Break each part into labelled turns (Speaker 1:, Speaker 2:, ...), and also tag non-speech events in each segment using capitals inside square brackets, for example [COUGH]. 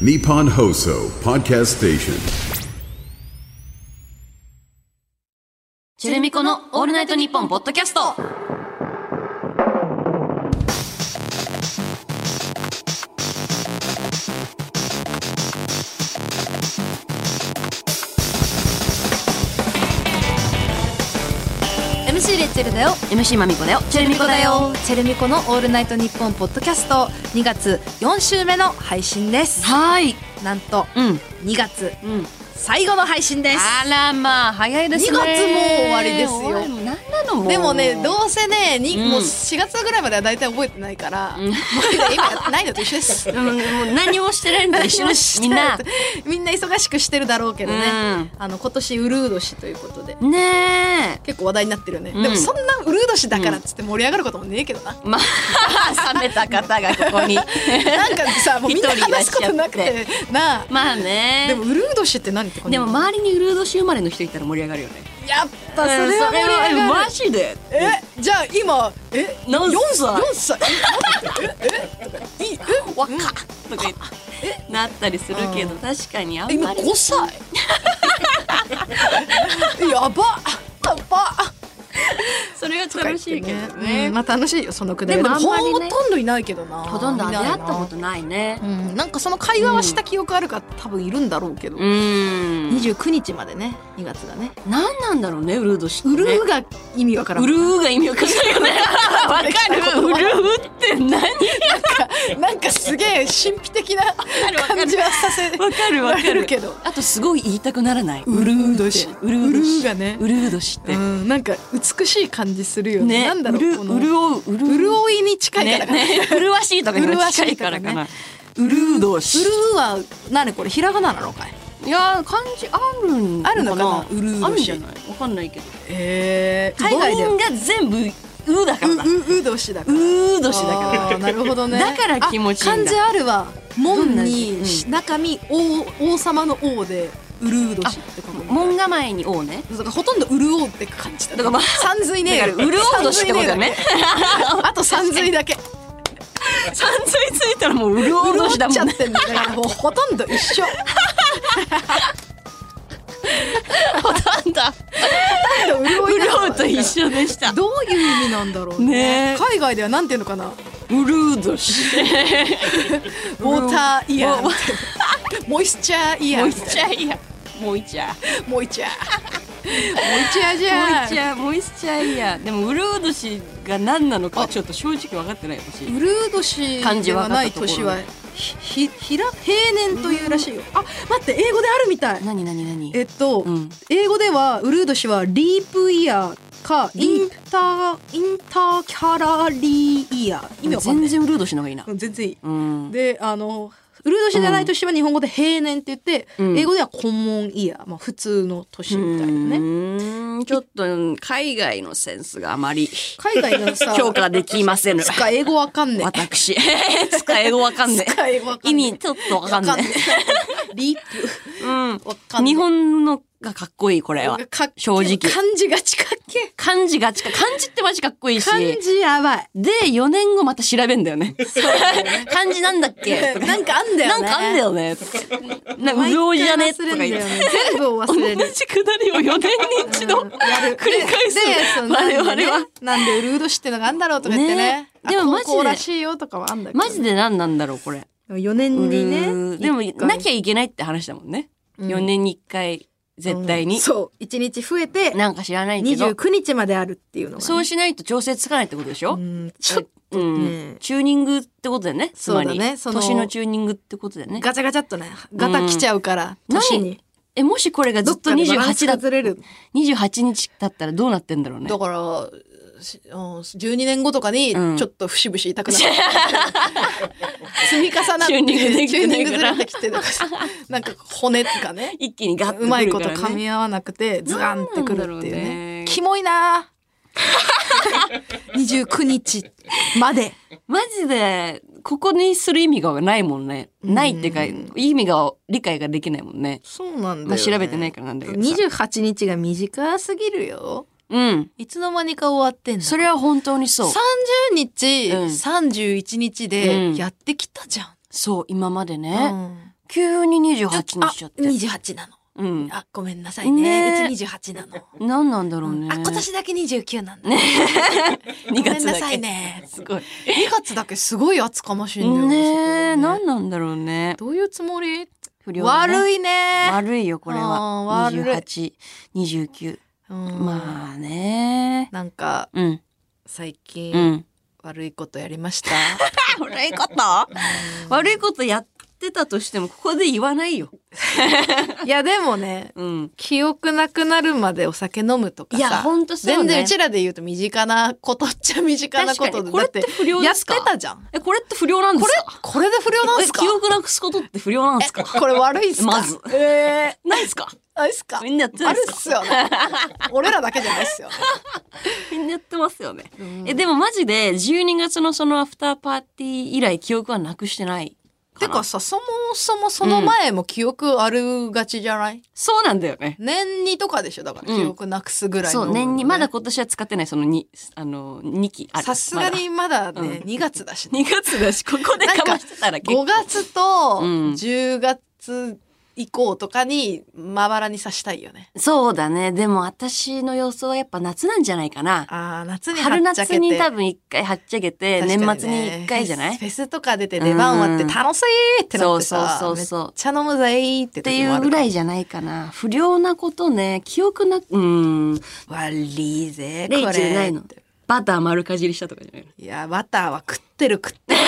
Speaker 1: Nippon Hoso Podcast Station.
Speaker 2: チェルミコのオールナイトニッポンポッドキャスト
Speaker 3: レッチェルだよ
Speaker 2: MC まみこだよチェルミコだよ
Speaker 3: チェルミコの「オールナイトニッポン」ポッドキャスト2月4週目の配信です
Speaker 2: はーい
Speaker 3: なんと
Speaker 2: うん
Speaker 3: 2月
Speaker 2: うん
Speaker 3: 最後の配信です
Speaker 2: あらまあ早いですね
Speaker 3: 二月もう終わりですよ
Speaker 2: 終わりもう何なのもう
Speaker 3: でもねどうせねに、
Speaker 2: うん
Speaker 3: もう4月ぐらいまでは大体覚えてないから、
Speaker 2: ん
Speaker 3: もう今やないのと一緒で
Speaker 2: [LAUGHS]
Speaker 3: す
Speaker 2: うんもう何もしてないのと一緒です [LAUGHS] みんな
Speaker 3: [LAUGHS] みんな忙しくしてるだろうけどね、
Speaker 2: うん
Speaker 3: あの今年うるう年ということで
Speaker 2: ねえ
Speaker 3: 結構話題になってるよね、
Speaker 2: うん
Speaker 3: でもそんなうるう年だからっつって盛り上がることもねえけどな、
Speaker 2: まあ冷めた方がここに
Speaker 3: なんかさもうみんな話すことなくてなあ
Speaker 2: [LAUGHS] まあね
Speaker 3: でもうるう年って何って感じ
Speaker 2: でも周りにウルード氏生まれの人いたら盛り上がるよね
Speaker 3: やっぱそれ
Speaker 2: うん
Speaker 3: は盛り上がる、
Speaker 2: マジで
Speaker 3: えじゃあ今え
Speaker 2: 何
Speaker 3: 四
Speaker 2: 歳
Speaker 3: 四歳ええええ
Speaker 2: わっかとか言ってなったりするけど確かにあんま
Speaker 3: え
Speaker 2: り
Speaker 3: 今五歳 [LAUGHS] やばやば
Speaker 2: それは楽しいけど
Speaker 3: う
Speaker 2: ね
Speaker 3: んまあ楽しいよそのくだり
Speaker 2: でも
Speaker 3: ほ
Speaker 2: あんまりね
Speaker 3: とんどいないけどな
Speaker 2: ほとんど出
Speaker 3: いない
Speaker 2: 会
Speaker 3: な
Speaker 2: ったことないね
Speaker 3: うんなんかその会話はした記憶あるか多分いるんだろうけど
Speaker 2: うーん
Speaker 3: 二十九日までね二月がね
Speaker 2: 何なんだろうねウルード氏って
Speaker 3: う
Speaker 2: ね
Speaker 3: るうが意味わからん
Speaker 2: うるうが意味わかんないよねわかるうるうって何
Speaker 3: なんかすげえ神秘的な
Speaker 2: るわかる
Speaker 3: 感じはさせ
Speaker 2: わかるわかる
Speaker 3: られけど
Speaker 2: あとすごい言いたくならないう
Speaker 3: るう年
Speaker 2: しうるう
Speaker 3: うる
Speaker 2: 年
Speaker 3: うがね
Speaker 2: うるう年って
Speaker 3: うん、なんか美しい感じするよね。なんだろう、この。
Speaker 2: うるおううるう
Speaker 3: 潤いに近いから。
Speaker 2: ねね麗しいとかにも
Speaker 3: [LAUGHS] 麗し
Speaker 2: 近い
Speaker 3: い
Speaker 2: からかな
Speaker 3: と
Speaker 2: うるう
Speaker 3: う
Speaker 2: 年
Speaker 3: るうは、なにこれ、ひらがななのかい。
Speaker 2: いやー漢字あるん
Speaker 3: あるのかなうるう年
Speaker 2: あるんじゃないわかんないけど
Speaker 3: ええ
Speaker 2: 海
Speaker 3: 海
Speaker 2: 外
Speaker 3: 外で
Speaker 2: で
Speaker 3: は。
Speaker 2: が全部うだか
Speaker 3: う、
Speaker 2: らだ
Speaker 3: う、う年だから。
Speaker 2: うう年だから
Speaker 3: あーなるほどね。
Speaker 2: だから気持ちいいんだ
Speaker 3: あ漢字あるわ。門
Speaker 2: どん
Speaker 3: に
Speaker 2: な字、
Speaker 3: 中身、王、王様の王で、うるう年って書くの。
Speaker 2: 門構えに王ね
Speaker 3: だからほとんど潤うって感じだね。
Speaker 2: だからまあ
Speaker 3: さんずいねえ
Speaker 2: だからうるおう年ってことだね。
Speaker 3: あとさんずいだけ。
Speaker 2: さんずいついたらもううるおう
Speaker 3: 潤っ
Speaker 2: 年だ
Speaker 3: ち
Speaker 2: も
Speaker 3: ゃ
Speaker 2: ん
Speaker 3: っ
Speaker 2: ね
Speaker 3: てんだからもうほとんど一緒。
Speaker 2: なんだ
Speaker 3: ほとんど
Speaker 2: う
Speaker 3: 潤いだ
Speaker 2: る
Speaker 3: から
Speaker 2: おうと一緒でした
Speaker 3: どういう意味なんだろう
Speaker 2: ね
Speaker 3: ね
Speaker 2: え
Speaker 3: 海外ではなんていうのかなウ
Speaker 2: うるう年
Speaker 3: ォーターイヤーみたいなモイスチャーイヤ
Speaker 2: も
Speaker 3: ー
Speaker 2: うい
Speaker 3: みたい
Speaker 2: ちゃいやもういちゃ
Speaker 3: なモイチャーモイチャーじゃん
Speaker 2: もういちゃもういちゃいやでもうるう年が何なのかちょっと正直分かってない私
Speaker 3: ウルー年ではない年は
Speaker 2: 漢字分かったところね
Speaker 3: ひひひら平年というらしいよあ待って英語であるみたい
Speaker 2: なになになに
Speaker 3: えっと、
Speaker 2: うん
Speaker 3: 英語ではウルー年はリープイヤーかインターインターキャラリーイヤー意味わかんな
Speaker 2: 全
Speaker 3: い
Speaker 2: 然うるう年の方がいいな
Speaker 3: うん全然いい
Speaker 2: うん
Speaker 3: であのウルー年じゃない年は日本語で平年って言って、
Speaker 2: うん
Speaker 3: 英語ではコモンイヤー、まあ、普通の年みたいなね
Speaker 2: ねちょっと海外のセンスがあまり
Speaker 3: 海外のさ
Speaker 2: 評価できませぬ
Speaker 3: つか英語わかんねえ
Speaker 2: 私 [LAUGHS] つか英語わかんね
Speaker 3: つか英語わか
Speaker 2: 意
Speaker 3: んねえ
Speaker 2: 味ちょっとわかんね
Speaker 3: えリッ
Speaker 2: う
Speaker 3: プわかん
Speaker 2: ん
Speaker 3: ねえ
Speaker 2: 日本のがかっこいいこれは
Speaker 3: かっけえ
Speaker 2: 正直
Speaker 3: 漢字が近っけ
Speaker 2: 漢字がちか漢字ってマジかっこいいし
Speaker 3: 漢字やばい
Speaker 2: で4年後また調べんだよね漢字なんだっけとか
Speaker 3: [LAUGHS] なんかあんだよ
Speaker 2: なん
Speaker 3: ね
Speaker 2: かあんだよねとかなんかうろうじゃねとか
Speaker 3: 毎回忘れん
Speaker 2: 言っ
Speaker 3: だよ
Speaker 2: て
Speaker 3: ね全部を忘
Speaker 2: 同
Speaker 3: れる
Speaker 2: じくだりを4年に一度繰り返す
Speaker 3: でその
Speaker 2: 我々
Speaker 3: なんでね
Speaker 2: は
Speaker 3: なんでウルード氏ってのがあんだろうとか言ってね
Speaker 2: ねでもマジで
Speaker 3: あ高校らしいよとかはあんだけど
Speaker 2: マジで何なんだろうこれ
Speaker 3: 4年にね
Speaker 2: でも
Speaker 3: 一回
Speaker 2: なきゃいけないって話だもんね、
Speaker 3: うん
Speaker 2: 4年に1回絶対に、
Speaker 3: うんそう1日増えて
Speaker 2: なんか知らないけど
Speaker 3: 29日まであるっていうのがね、
Speaker 2: そうしないと調整つかないってことでしょ、
Speaker 3: うんちょっと
Speaker 2: うん
Speaker 3: ね
Speaker 2: チューニングってことだよねつまり
Speaker 3: そうだねその
Speaker 2: 年のチューニングってことだよね
Speaker 3: ガチャガチャっとねガタ来ちゃうから、
Speaker 2: うん
Speaker 3: 年に
Speaker 2: えもしこれがずっと
Speaker 3: どっかでバラン
Speaker 2: 28
Speaker 3: ス
Speaker 2: だ
Speaker 3: がずれる
Speaker 2: 28日だったらどうなってんだろうね
Speaker 3: だからしうん12年後とかに
Speaker 2: うん
Speaker 3: ちょっと節々痛くなる、 [LAUGHS] 積み
Speaker 2: [LAUGHS]
Speaker 3: 重なって
Speaker 2: チューニングでき
Speaker 3: チュ
Speaker 2: て
Speaker 3: ー
Speaker 2: な
Speaker 3: ニン
Speaker 2: い
Speaker 3: グ [LAUGHS]
Speaker 2: か
Speaker 3: ず
Speaker 2: ら
Speaker 3: れてきてとかさなんか骨がね
Speaker 2: 一気にガッとく
Speaker 3: う
Speaker 2: るか
Speaker 3: ま
Speaker 2: ら、ね、
Speaker 3: いこと噛み合わなくてズガンってくるってい
Speaker 2: な
Speaker 3: う
Speaker 2: んなんだろうね
Speaker 3: ねキモいな [LAUGHS] ぁ29日まで
Speaker 2: マジでここにする意味がないもんねないっていうか意味が理解ができないもんね
Speaker 3: そうなん
Speaker 2: まあ調べてないからなんだけどさ
Speaker 3: 28日が短すぎるよ
Speaker 2: うん
Speaker 3: いつの間にか終わってんの
Speaker 2: それは本当にそう
Speaker 3: 30日、
Speaker 2: うん
Speaker 3: 31日
Speaker 2: うん
Speaker 3: でやってきたじゃん、
Speaker 2: そう今までね、
Speaker 3: うん
Speaker 2: 急に28にしちゃって。
Speaker 3: 28なの。
Speaker 2: うん。
Speaker 3: あ、ごめんなさいね。
Speaker 2: ね
Speaker 3: うち28なの。
Speaker 2: 何なんだろうね。
Speaker 3: あ、今年だけ29なんだ。
Speaker 2: 2
Speaker 3: ごめん
Speaker 2: 月だ
Speaker 3: な
Speaker 2: け
Speaker 3: さいね。
Speaker 2: すごい。
Speaker 3: 2月だけすごい厚かましいんだよ
Speaker 2: ねえ、
Speaker 3: そこは
Speaker 2: な
Speaker 3: ね
Speaker 2: んなんだろうね。
Speaker 3: どういうつもり
Speaker 2: 不
Speaker 3: 悪
Speaker 2: い。
Speaker 3: いね。
Speaker 2: 悪いよ、これ
Speaker 3: あ
Speaker 2: は。
Speaker 3: ー悪い
Speaker 2: 28、29。
Speaker 3: うん
Speaker 2: まあね。
Speaker 3: なんか、
Speaker 2: うん、
Speaker 3: 最
Speaker 2: う
Speaker 3: 近、
Speaker 2: ん。
Speaker 3: 悪いことやりました。 [LAUGHS]
Speaker 2: [LAUGHS] 悪いこと悪いことやってたとしても、ここで言わないよ。
Speaker 3: いや、でもね、
Speaker 2: うん。
Speaker 3: 記憶なくなるまでお酒飲むとか
Speaker 2: いや、
Speaker 3: さ。
Speaker 2: ほんとそう
Speaker 3: 全
Speaker 2: ね。
Speaker 3: 然うちらで言うと身近なことっちゃ身近なこ
Speaker 2: 確か
Speaker 3: と
Speaker 2: に。
Speaker 3: で。
Speaker 2: こ
Speaker 3: だ
Speaker 2: れっ
Speaker 3: ってて、
Speaker 2: 不良で
Speaker 3: やっ
Speaker 2: す
Speaker 3: て
Speaker 2: か
Speaker 3: たじゃん。
Speaker 2: え、これって不良なんですか
Speaker 3: これで不良なんす
Speaker 2: え
Speaker 3: か
Speaker 2: 記憶なくすことって不良なんですか
Speaker 3: えこれ悪いっすか
Speaker 2: まず
Speaker 3: え
Speaker 2: ないですか
Speaker 3: ー、ないっすか
Speaker 2: みんなやってな
Speaker 3: あ
Speaker 2: い
Speaker 3: る
Speaker 2: です
Speaker 3: っ
Speaker 2: か
Speaker 3: すよね。俺らだけじゃないっ
Speaker 2: [LAUGHS]
Speaker 3: すよね。
Speaker 2: みんなやってますよね。
Speaker 3: うん
Speaker 2: え、でもマジで12月のそのアフターパーティー以来記憶はなくしてないか
Speaker 3: て
Speaker 2: な。
Speaker 3: かさ、そもそもその前も記憶あるがちじゃない、
Speaker 2: そうなんだよね。
Speaker 3: 年にとかでしょだから
Speaker 2: うん
Speaker 3: 記憶なくすぐらいの、
Speaker 2: そう、年に、まだ今年は使ってない、その2、あの、2期ある。
Speaker 3: さすがにまだね、
Speaker 2: うん
Speaker 3: 2月だし、
Speaker 2: [LAUGHS]
Speaker 3: ね、
Speaker 2: 2月だし、ここでかましてたら結
Speaker 3: 5
Speaker 2: 構。
Speaker 3: 月と
Speaker 2: うん
Speaker 3: 10月以降とかにまばらにさしたいよね。
Speaker 2: そうだね。でも私の予想はやっぱ夏なんじゃないかな。
Speaker 3: ああ、夏にはっ
Speaker 2: 春
Speaker 3: ちゃけ
Speaker 2: 夏
Speaker 3: て。
Speaker 2: に多分一回はっちゃけて、年
Speaker 3: 確かにね
Speaker 2: 末に一回じゃないっ
Speaker 3: フェスとか出て出番終わって楽しいってなってさ、
Speaker 2: そうそうそうそう
Speaker 3: めっちゃ飲むぜーって
Speaker 2: て
Speaker 3: 時
Speaker 2: い
Speaker 3: も
Speaker 2: う
Speaker 3: ある
Speaker 2: ぐ
Speaker 3: から
Speaker 2: いじゃないかな。不良なことね、記憶な、うん、
Speaker 3: 悪いぜこ
Speaker 2: レイ
Speaker 3: れ
Speaker 2: チでないの。バター丸かじりしたとかじゃないの
Speaker 3: いやバターは食ってる食
Speaker 2: [LAUGHS]
Speaker 3: ってる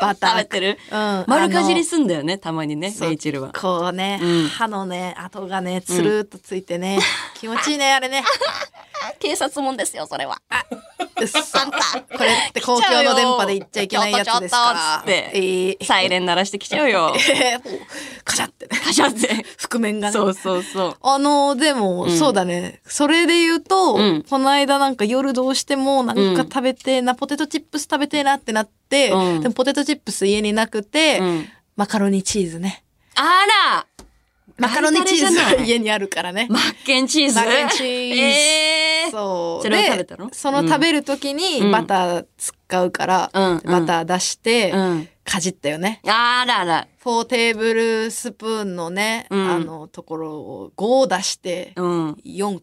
Speaker 3: バタ
Speaker 2: 食
Speaker 3: ー
Speaker 2: べてる
Speaker 3: うん
Speaker 2: 丸かじり
Speaker 3: す
Speaker 2: すんだよね、たまにね、レイチェルは。
Speaker 3: こうね、
Speaker 2: うん
Speaker 3: 歯のね跡がねつるっとついてね、気持ちいいねあれ [LAUGHS] ね
Speaker 2: 警察もんですよ、それは。
Speaker 3: うっそこれって公共の電波で言っちゃいけないやつですから
Speaker 2: ちょっとちょっとつって
Speaker 3: え
Speaker 2: [LAUGHS]
Speaker 3: ー
Speaker 2: サイレン鳴らしてきちゃうよ。
Speaker 3: カシャってね
Speaker 2: カシャって。
Speaker 3: 覆面がね
Speaker 2: そうそうそう。
Speaker 3: あの、でも、
Speaker 2: ん
Speaker 3: そうだね。それで言うと、
Speaker 2: うん
Speaker 3: この間なんか夜どうしてもなんか
Speaker 2: うん
Speaker 3: 食べてえな、ポテトチップス食べてえなってなって、
Speaker 2: うん
Speaker 3: でもポテトチップス家になくて、
Speaker 2: うん
Speaker 3: マカロニチーズね。
Speaker 2: あら
Speaker 3: マカロニチーズ
Speaker 2: マカロニチーズ
Speaker 3: が家にあるからね。
Speaker 2: マッケンチーズ
Speaker 3: マッケンチーズ
Speaker 2: え [LAUGHS] ー
Speaker 3: そう。
Speaker 2: それを
Speaker 3: で
Speaker 2: 食べたの
Speaker 3: その食べる時
Speaker 2: う
Speaker 3: に
Speaker 2: ん
Speaker 3: バター使うから、
Speaker 2: うん
Speaker 3: バター出して、
Speaker 2: うん。
Speaker 3: かじったよね。
Speaker 2: あらら。
Speaker 3: 4テーブルスプーンのね、
Speaker 2: うん
Speaker 3: あのところを5出して、
Speaker 2: うん。
Speaker 3: 4、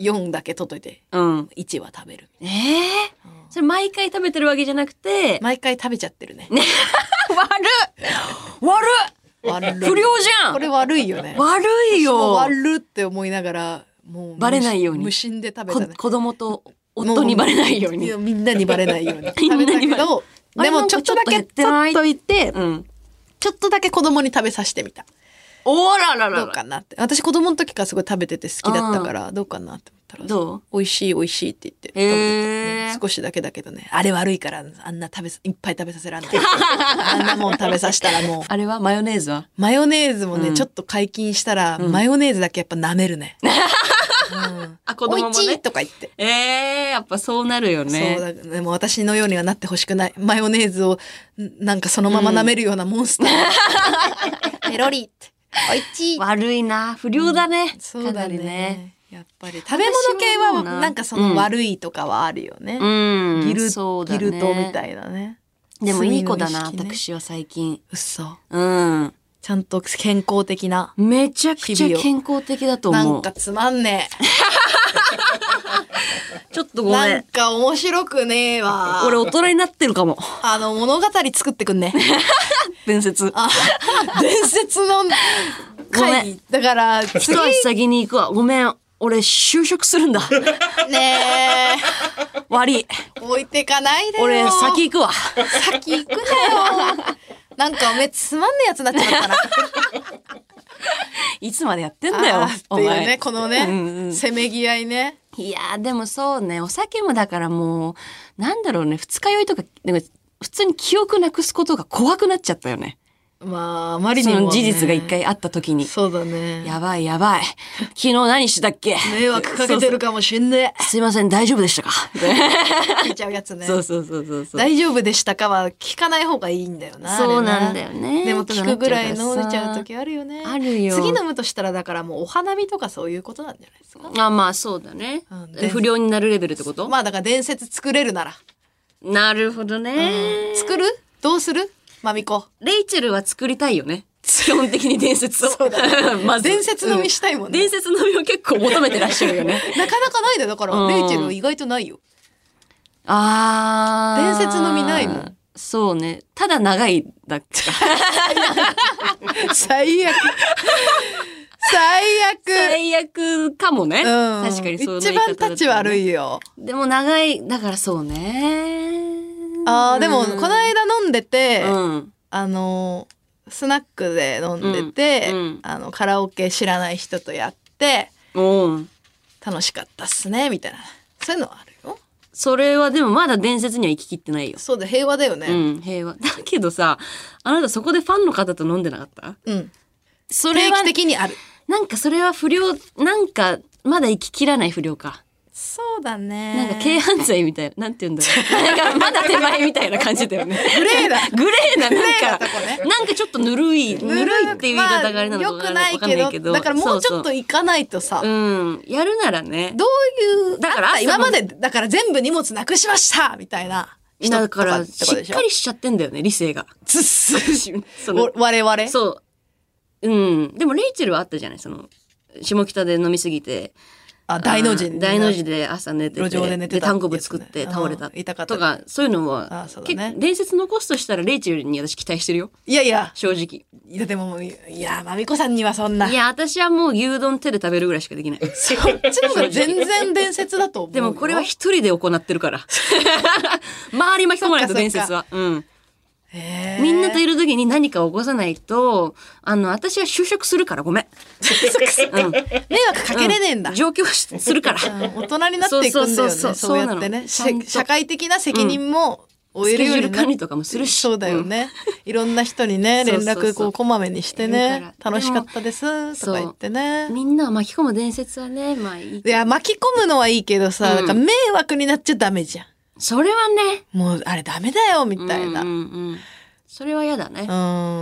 Speaker 3: 4だけ取っといて、
Speaker 2: うん。
Speaker 3: 1は食べる。
Speaker 2: ええそれ毎回食べてるわけじゃなく
Speaker 3: [LAUGHS]
Speaker 2: て、
Speaker 3: 毎回食べちゃってるね。
Speaker 2: 悪っ悪
Speaker 3: 悪い
Speaker 2: っ不良じゃ
Speaker 3: これ
Speaker 2: ん
Speaker 3: 悪いよね。
Speaker 2: 悪い
Speaker 3: もう
Speaker 2: よ
Speaker 3: 悪って思いながら、もう。
Speaker 2: バレないように
Speaker 3: 無心で食べ
Speaker 2: こ
Speaker 3: たね。
Speaker 2: 子供と夫にバレないように。
Speaker 3: やみんなにバレないように。
Speaker 2: [LAUGHS] みんなにバレ
Speaker 3: 食べたけど
Speaker 2: あ
Speaker 3: で
Speaker 2: れ
Speaker 3: もちょっとだけ、
Speaker 2: な
Speaker 3: ち
Speaker 2: んかちょっと減って
Speaker 3: ょっといて、
Speaker 2: うん。
Speaker 3: ちょっとだけ子供に食べさせてみた。
Speaker 2: おららら
Speaker 3: どう
Speaker 2: ら。
Speaker 3: かなって。私子供の時からすごい食べてて好きだったから、どうかなって思ったら。
Speaker 2: どう
Speaker 3: 美味しい美味しいって言って食べて
Speaker 2: へ
Speaker 3: た
Speaker 2: ー
Speaker 3: うん少しだけだけどねあれ悪いからあんな食べさいっぱい食べさせらんない
Speaker 2: [LAUGHS]
Speaker 3: あんなもん食べさせたらもう
Speaker 2: あれはマヨネーズは
Speaker 3: マヨネーズもね、
Speaker 2: うん
Speaker 3: ちょっと解禁したら、マヨネーズだけやっぱ舐めるね。うん
Speaker 2: あ、子
Speaker 3: お
Speaker 2: 供
Speaker 3: い
Speaker 2: も
Speaker 3: ちい
Speaker 2: ね。
Speaker 3: とか言って。
Speaker 2: ええやっぱそうなるよね。
Speaker 3: そうだでも私のようにはなってほしくない。マヨネーズをんなんかそのまま舐めるようなモンスタ
Speaker 2: [LAUGHS]
Speaker 3: ー。ペロリって。おいちい。
Speaker 2: 悪いな。不良だね。
Speaker 3: そう
Speaker 2: か
Speaker 3: だ
Speaker 2: なりね。
Speaker 3: ね。やっぱり食べ物系
Speaker 2: 私も
Speaker 3: は
Speaker 2: そうな
Speaker 3: なんかその悪いとかはあるよね。
Speaker 2: うん。
Speaker 3: ギル
Speaker 2: そうだ
Speaker 3: ギ
Speaker 2: ね
Speaker 3: ルトみたいなね。
Speaker 2: でもいい子だな、
Speaker 3: 罪の意
Speaker 2: 私
Speaker 3: 識ね
Speaker 2: は最近。
Speaker 3: 嘘。
Speaker 2: うん。
Speaker 3: ちゃんと健康的な。
Speaker 2: めちゃくちゃ
Speaker 3: 日々を
Speaker 2: 健康的だと
Speaker 3: な
Speaker 2: 思
Speaker 3: ん
Speaker 2: う
Speaker 3: か。つまんね
Speaker 2: ちょっと
Speaker 3: え。
Speaker 2: ごめ
Speaker 3: なん
Speaker 2: ん。
Speaker 3: か面白くねえわ。
Speaker 2: 俺大人になってる
Speaker 3: [LAUGHS]
Speaker 2: かも。
Speaker 3: あの、物語作ってくんね。
Speaker 2: 伝説。
Speaker 3: あ伝説
Speaker 2: ご
Speaker 3: の
Speaker 2: め
Speaker 3: 回。だから、
Speaker 2: 一
Speaker 3: 次
Speaker 2: 足先に行くわ。ごめん。俺就職するん
Speaker 3: [LAUGHS]
Speaker 2: だ。
Speaker 3: ね
Speaker 2: 悪い。
Speaker 3: 置いてかないでよ。
Speaker 2: 俺先行くわ。
Speaker 3: 先行くなよ。なんかおめえつまんねえやつになっちゃったな。
Speaker 2: いつまでやってんだよ
Speaker 3: あーっ。て
Speaker 2: お
Speaker 3: いう
Speaker 2: 前
Speaker 3: ね、この
Speaker 2: うんう
Speaker 3: ね、
Speaker 2: ん
Speaker 3: せめぎ合いね。
Speaker 2: いやーでもそうねお酒もだからもうなんだろうね二日酔いとかなんか普通に記憶なくすことが怖くなっちゃったよね
Speaker 3: まあ、あまり
Speaker 2: そ
Speaker 3: にもね。
Speaker 2: の事実が一回あった時に
Speaker 3: そうだね。
Speaker 2: やばいやばい
Speaker 3: [LAUGHS]
Speaker 2: 昨日何してたっけ
Speaker 3: 迷惑かけてるかもしんね
Speaker 2: すいません大丈夫でしたか
Speaker 3: え。聞いちゃうやつね。
Speaker 2: そうそうそうそうそう
Speaker 3: 大丈夫でしたかは聞かない方がいいんだよな。
Speaker 2: そうなんだ
Speaker 3: よ。
Speaker 2: よね
Speaker 3: でも聞くぐらい飲んでちゃう
Speaker 2: 時
Speaker 3: 時あるよね。
Speaker 2: あるよ
Speaker 3: 次飲むとしたらだからもうお花見とかそういうことなんじゃないですか。
Speaker 2: あまあそうだね、
Speaker 3: うんで
Speaker 2: 不良になるレベルってこと、
Speaker 3: まあだから伝説作れるなら。
Speaker 2: なるほどね、
Speaker 3: 作るどうするまみこ。
Speaker 2: レイチェルは作りたいよね。 [LAUGHS] 基本的に伝説を。 [LAUGHS] [LAUGHS] まず
Speaker 3: 伝説飲みしたいもんね
Speaker 2: う伝説飲みを結構求めてらっしゃるよ
Speaker 3: [LAUGHS]
Speaker 2: ね。
Speaker 3: なかなかないで、だから、
Speaker 2: うん
Speaker 3: レイチェルは意外とないよ。
Speaker 2: あー。
Speaker 3: 伝説飲みないもん。
Speaker 2: そうね。ただ長いだけ。
Speaker 3: 最悪。最悪。
Speaker 2: [LAUGHS] 最悪かもね。
Speaker 3: うん、
Speaker 2: 確かにそう
Speaker 3: 一番タッチ悪
Speaker 2: い。
Speaker 3: いよ。
Speaker 2: でも長い、だからそうね。
Speaker 3: あーでも、この間飲んでて、
Speaker 2: うん。
Speaker 3: あのー、スナックで飲んでて、
Speaker 2: うんうん
Speaker 3: あの、カラオケ知らない人とやって、
Speaker 2: うん。
Speaker 3: 楽しかったっすね、みたいな。そういうのはあるよ。
Speaker 2: それはでもまだ伝説には行ききってないよ。
Speaker 3: そうで、平和だよね。
Speaker 2: うん、平和。だ [LAUGHS] けどさ、あなたそこでファンの方と飲んでなかった
Speaker 3: うん。
Speaker 2: それ
Speaker 3: 定
Speaker 2: は
Speaker 3: 期、的にある。
Speaker 2: なんかそれは不良、なんか、まだ行ききらない不良か。
Speaker 3: そうだね
Speaker 2: なんか軽犯罪みたいな、なんて言うんだ
Speaker 3: [LAUGHS]
Speaker 2: ろう。なんかまだ手前みたいな感じだよね。
Speaker 3: グレーだ。
Speaker 2: [LAUGHS] グレーな、なん
Speaker 3: グレーなと
Speaker 2: か
Speaker 3: こ、ね
Speaker 2: なんかちょっとぬるい、ぬるいっていう言い方があれなのか
Speaker 3: ま
Speaker 2: わ
Speaker 3: あ
Speaker 2: かん
Speaker 3: 良
Speaker 2: ない
Speaker 3: くないけど、だからもうちょっ
Speaker 2: そ
Speaker 3: と
Speaker 2: う
Speaker 3: 行かないとさ、
Speaker 2: そううん、やるならね。
Speaker 3: どういう、
Speaker 2: だから
Speaker 3: あんた
Speaker 2: 朝
Speaker 3: 今
Speaker 2: の
Speaker 3: まで、だから全部荷物なくしましたみたいな人
Speaker 2: だ
Speaker 3: と
Speaker 2: か
Speaker 3: かっ
Speaker 2: ら、
Speaker 3: て
Speaker 2: し
Speaker 3: ことで
Speaker 2: っ
Speaker 3: しょ
Speaker 2: かりしちゃってんだよね、理性
Speaker 3: [LAUGHS]
Speaker 2: が。
Speaker 3: ずっす
Speaker 2: [LAUGHS] その
Speaker 3: お我々。
Speaker 2: そう。うん。でも、レイチェルはあったじゃないその、下北で飲みすぎて。
Speaker 3: あ、大の字
Speaker 2: あー大の字で朝寝てて。
Speaker 3: 路上で寝てた
Speaker 2: 単語部作って
Speaker 3: うん
Speaker 2: 倒れた。
Speaker 3: 痛かった
Speaker 2: とか、そういうのは、
Speaker 3: あーそうだね
Speaker 2: 結構伝説残すとしたら、レイチェルに私期待してるよ。
Speaker 3: いやいや、
Speaker 2: 正直。
Speaker 3: いやでも、いや、まみこさんにはそんな。
Speaker 2: いや、私はもう牛丼手で食べるぐらいしかできない。
Speaker 3: そっちの方が全然伝説だと思うよ。
Speaker 2: でも、これは一人で行ってる
Speaker 3: [LAUGHS]
Speaker 2: から。周り巻き込まないと伝説は。うん。
Speaker 3: へー、
Speaker 2: みんなといる時に何かを起こさないと、あの、私は就職するからごめん。うん。
Speaker 3: 迷惑かけれねえんだ。
Speaker 2: 上京しするから。
Speaker 3: [LAUGHS] うん大人になっていくんだよね。そ
Speaker 2: そううそうそう
Speaker 3: やってね。
Speaker 2: そうなの
Speaker 3: せ社会的な責任も負えるように
Speaker 2: スケジ
Speaker 3: な
Speaker 2: ュール管理とかもするし
Speaker 3: そうだよね。いろんな人にね、連
Speaker 2: [LAUGHS] そうそう
Speaker 3: 絡
Speaker 2: そ
Speaker 3: こう
Speaker 2: う
Speaker 3: こまめにして
Speaker 2: いる
Speaker 3: ね。
Speaker 2: から
Speaker 3: 楽しかったですとか言ってね。
Speaker 2: みんなを巻き込む伝説はね、まあいい
Speaker 3: い。や、巻き込むのはいいけどさ、
Speaker 2: うん
Speaker 3: なんか迷惑になっちゃダメじゃん。
Speaker 2: それはね、
Speaker 3: もうあれダメだよ、みたいな。
Speaker 2: うんうんうんそれは嫌だね。
Speaker 3: う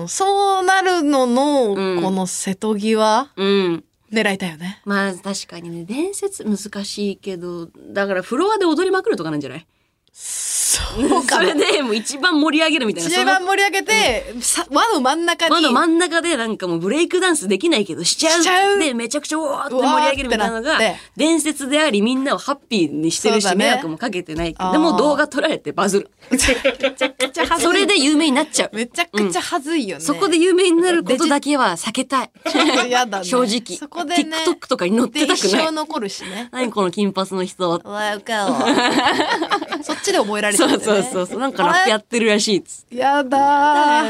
Speaker 3: ん、そうなるのの、
Speaker 2: うん
Speaker 3: この瀬戸際、
Speaker 2: うん。
Speaker 3: 狙いたいよね。
Speaker 2: まあ確かにね、伝説難しいけど、だからフロアで踊りまくるとかなんじゃない
Speaker 3: そうか
Speaker 2: そ
Speaker 3: も。
Speaker 2: れでもう一番盛り上げるみたいな。
Speaker 3: 一
Speaker 2: そ
Speaker 3: 番
Speaker 2: の
Speaker 3: 盛り上げて、さ輪の真ん中に。
Speaker 2: まだ真ん中でなんかもうブレイクダンスできないけどしちゃう
Speaker 3: しちゃう
Speaker 2: でめちゃくちゃおーって盛り上げるみたいなの
Speaker 3: うわ
Speaker 2: が
Speaker 3: ーってなって
Speaker 2: 伝説でありみんなをハッピーにしてるし、
Speaker 3: そうだね
Speaker 2: 迷惑もかけてないけ
Speaker 3: あ
Speaker 2: ど
Speaker 3: ー
Speaker 2: でも動画撮られてバズる
Speaker 3: [LAUGHS]
Speaker 2: [LAUGHS] それで有名になっちゃう
Speaker 3: めちゃくちゃ恥ずいよね。
Speaker 2: そこで有名になることだけは避け
Speaker 3: [LAUGHS]
Speaker 2: たい。
Speaker 3: やだね
Speaker 2: 正直。
Speaker 3: そこでね
Speaker 2: TikTok とかに載ってた
Speaker 3: で
Speaker 2: く
Speaker 3: 一
Speaker 2: な
Speaker 3: 生
Speaker 2: い。
Speaker 3: 残るし
Speaker 2: [LAUGHS]
Speaker 3: ね。
Speaker 2: 何この金髪の人。
Speaker 3: わかそっちで覚えられて
Speaker 2: そ
Speaker 3: る、
Speaker 2: う
Speaker 3: ね。
Speaker 2: そうそうそう。なんかラップやってるらしいっつって。
Speaker 3: やだ
Speaker 2: だ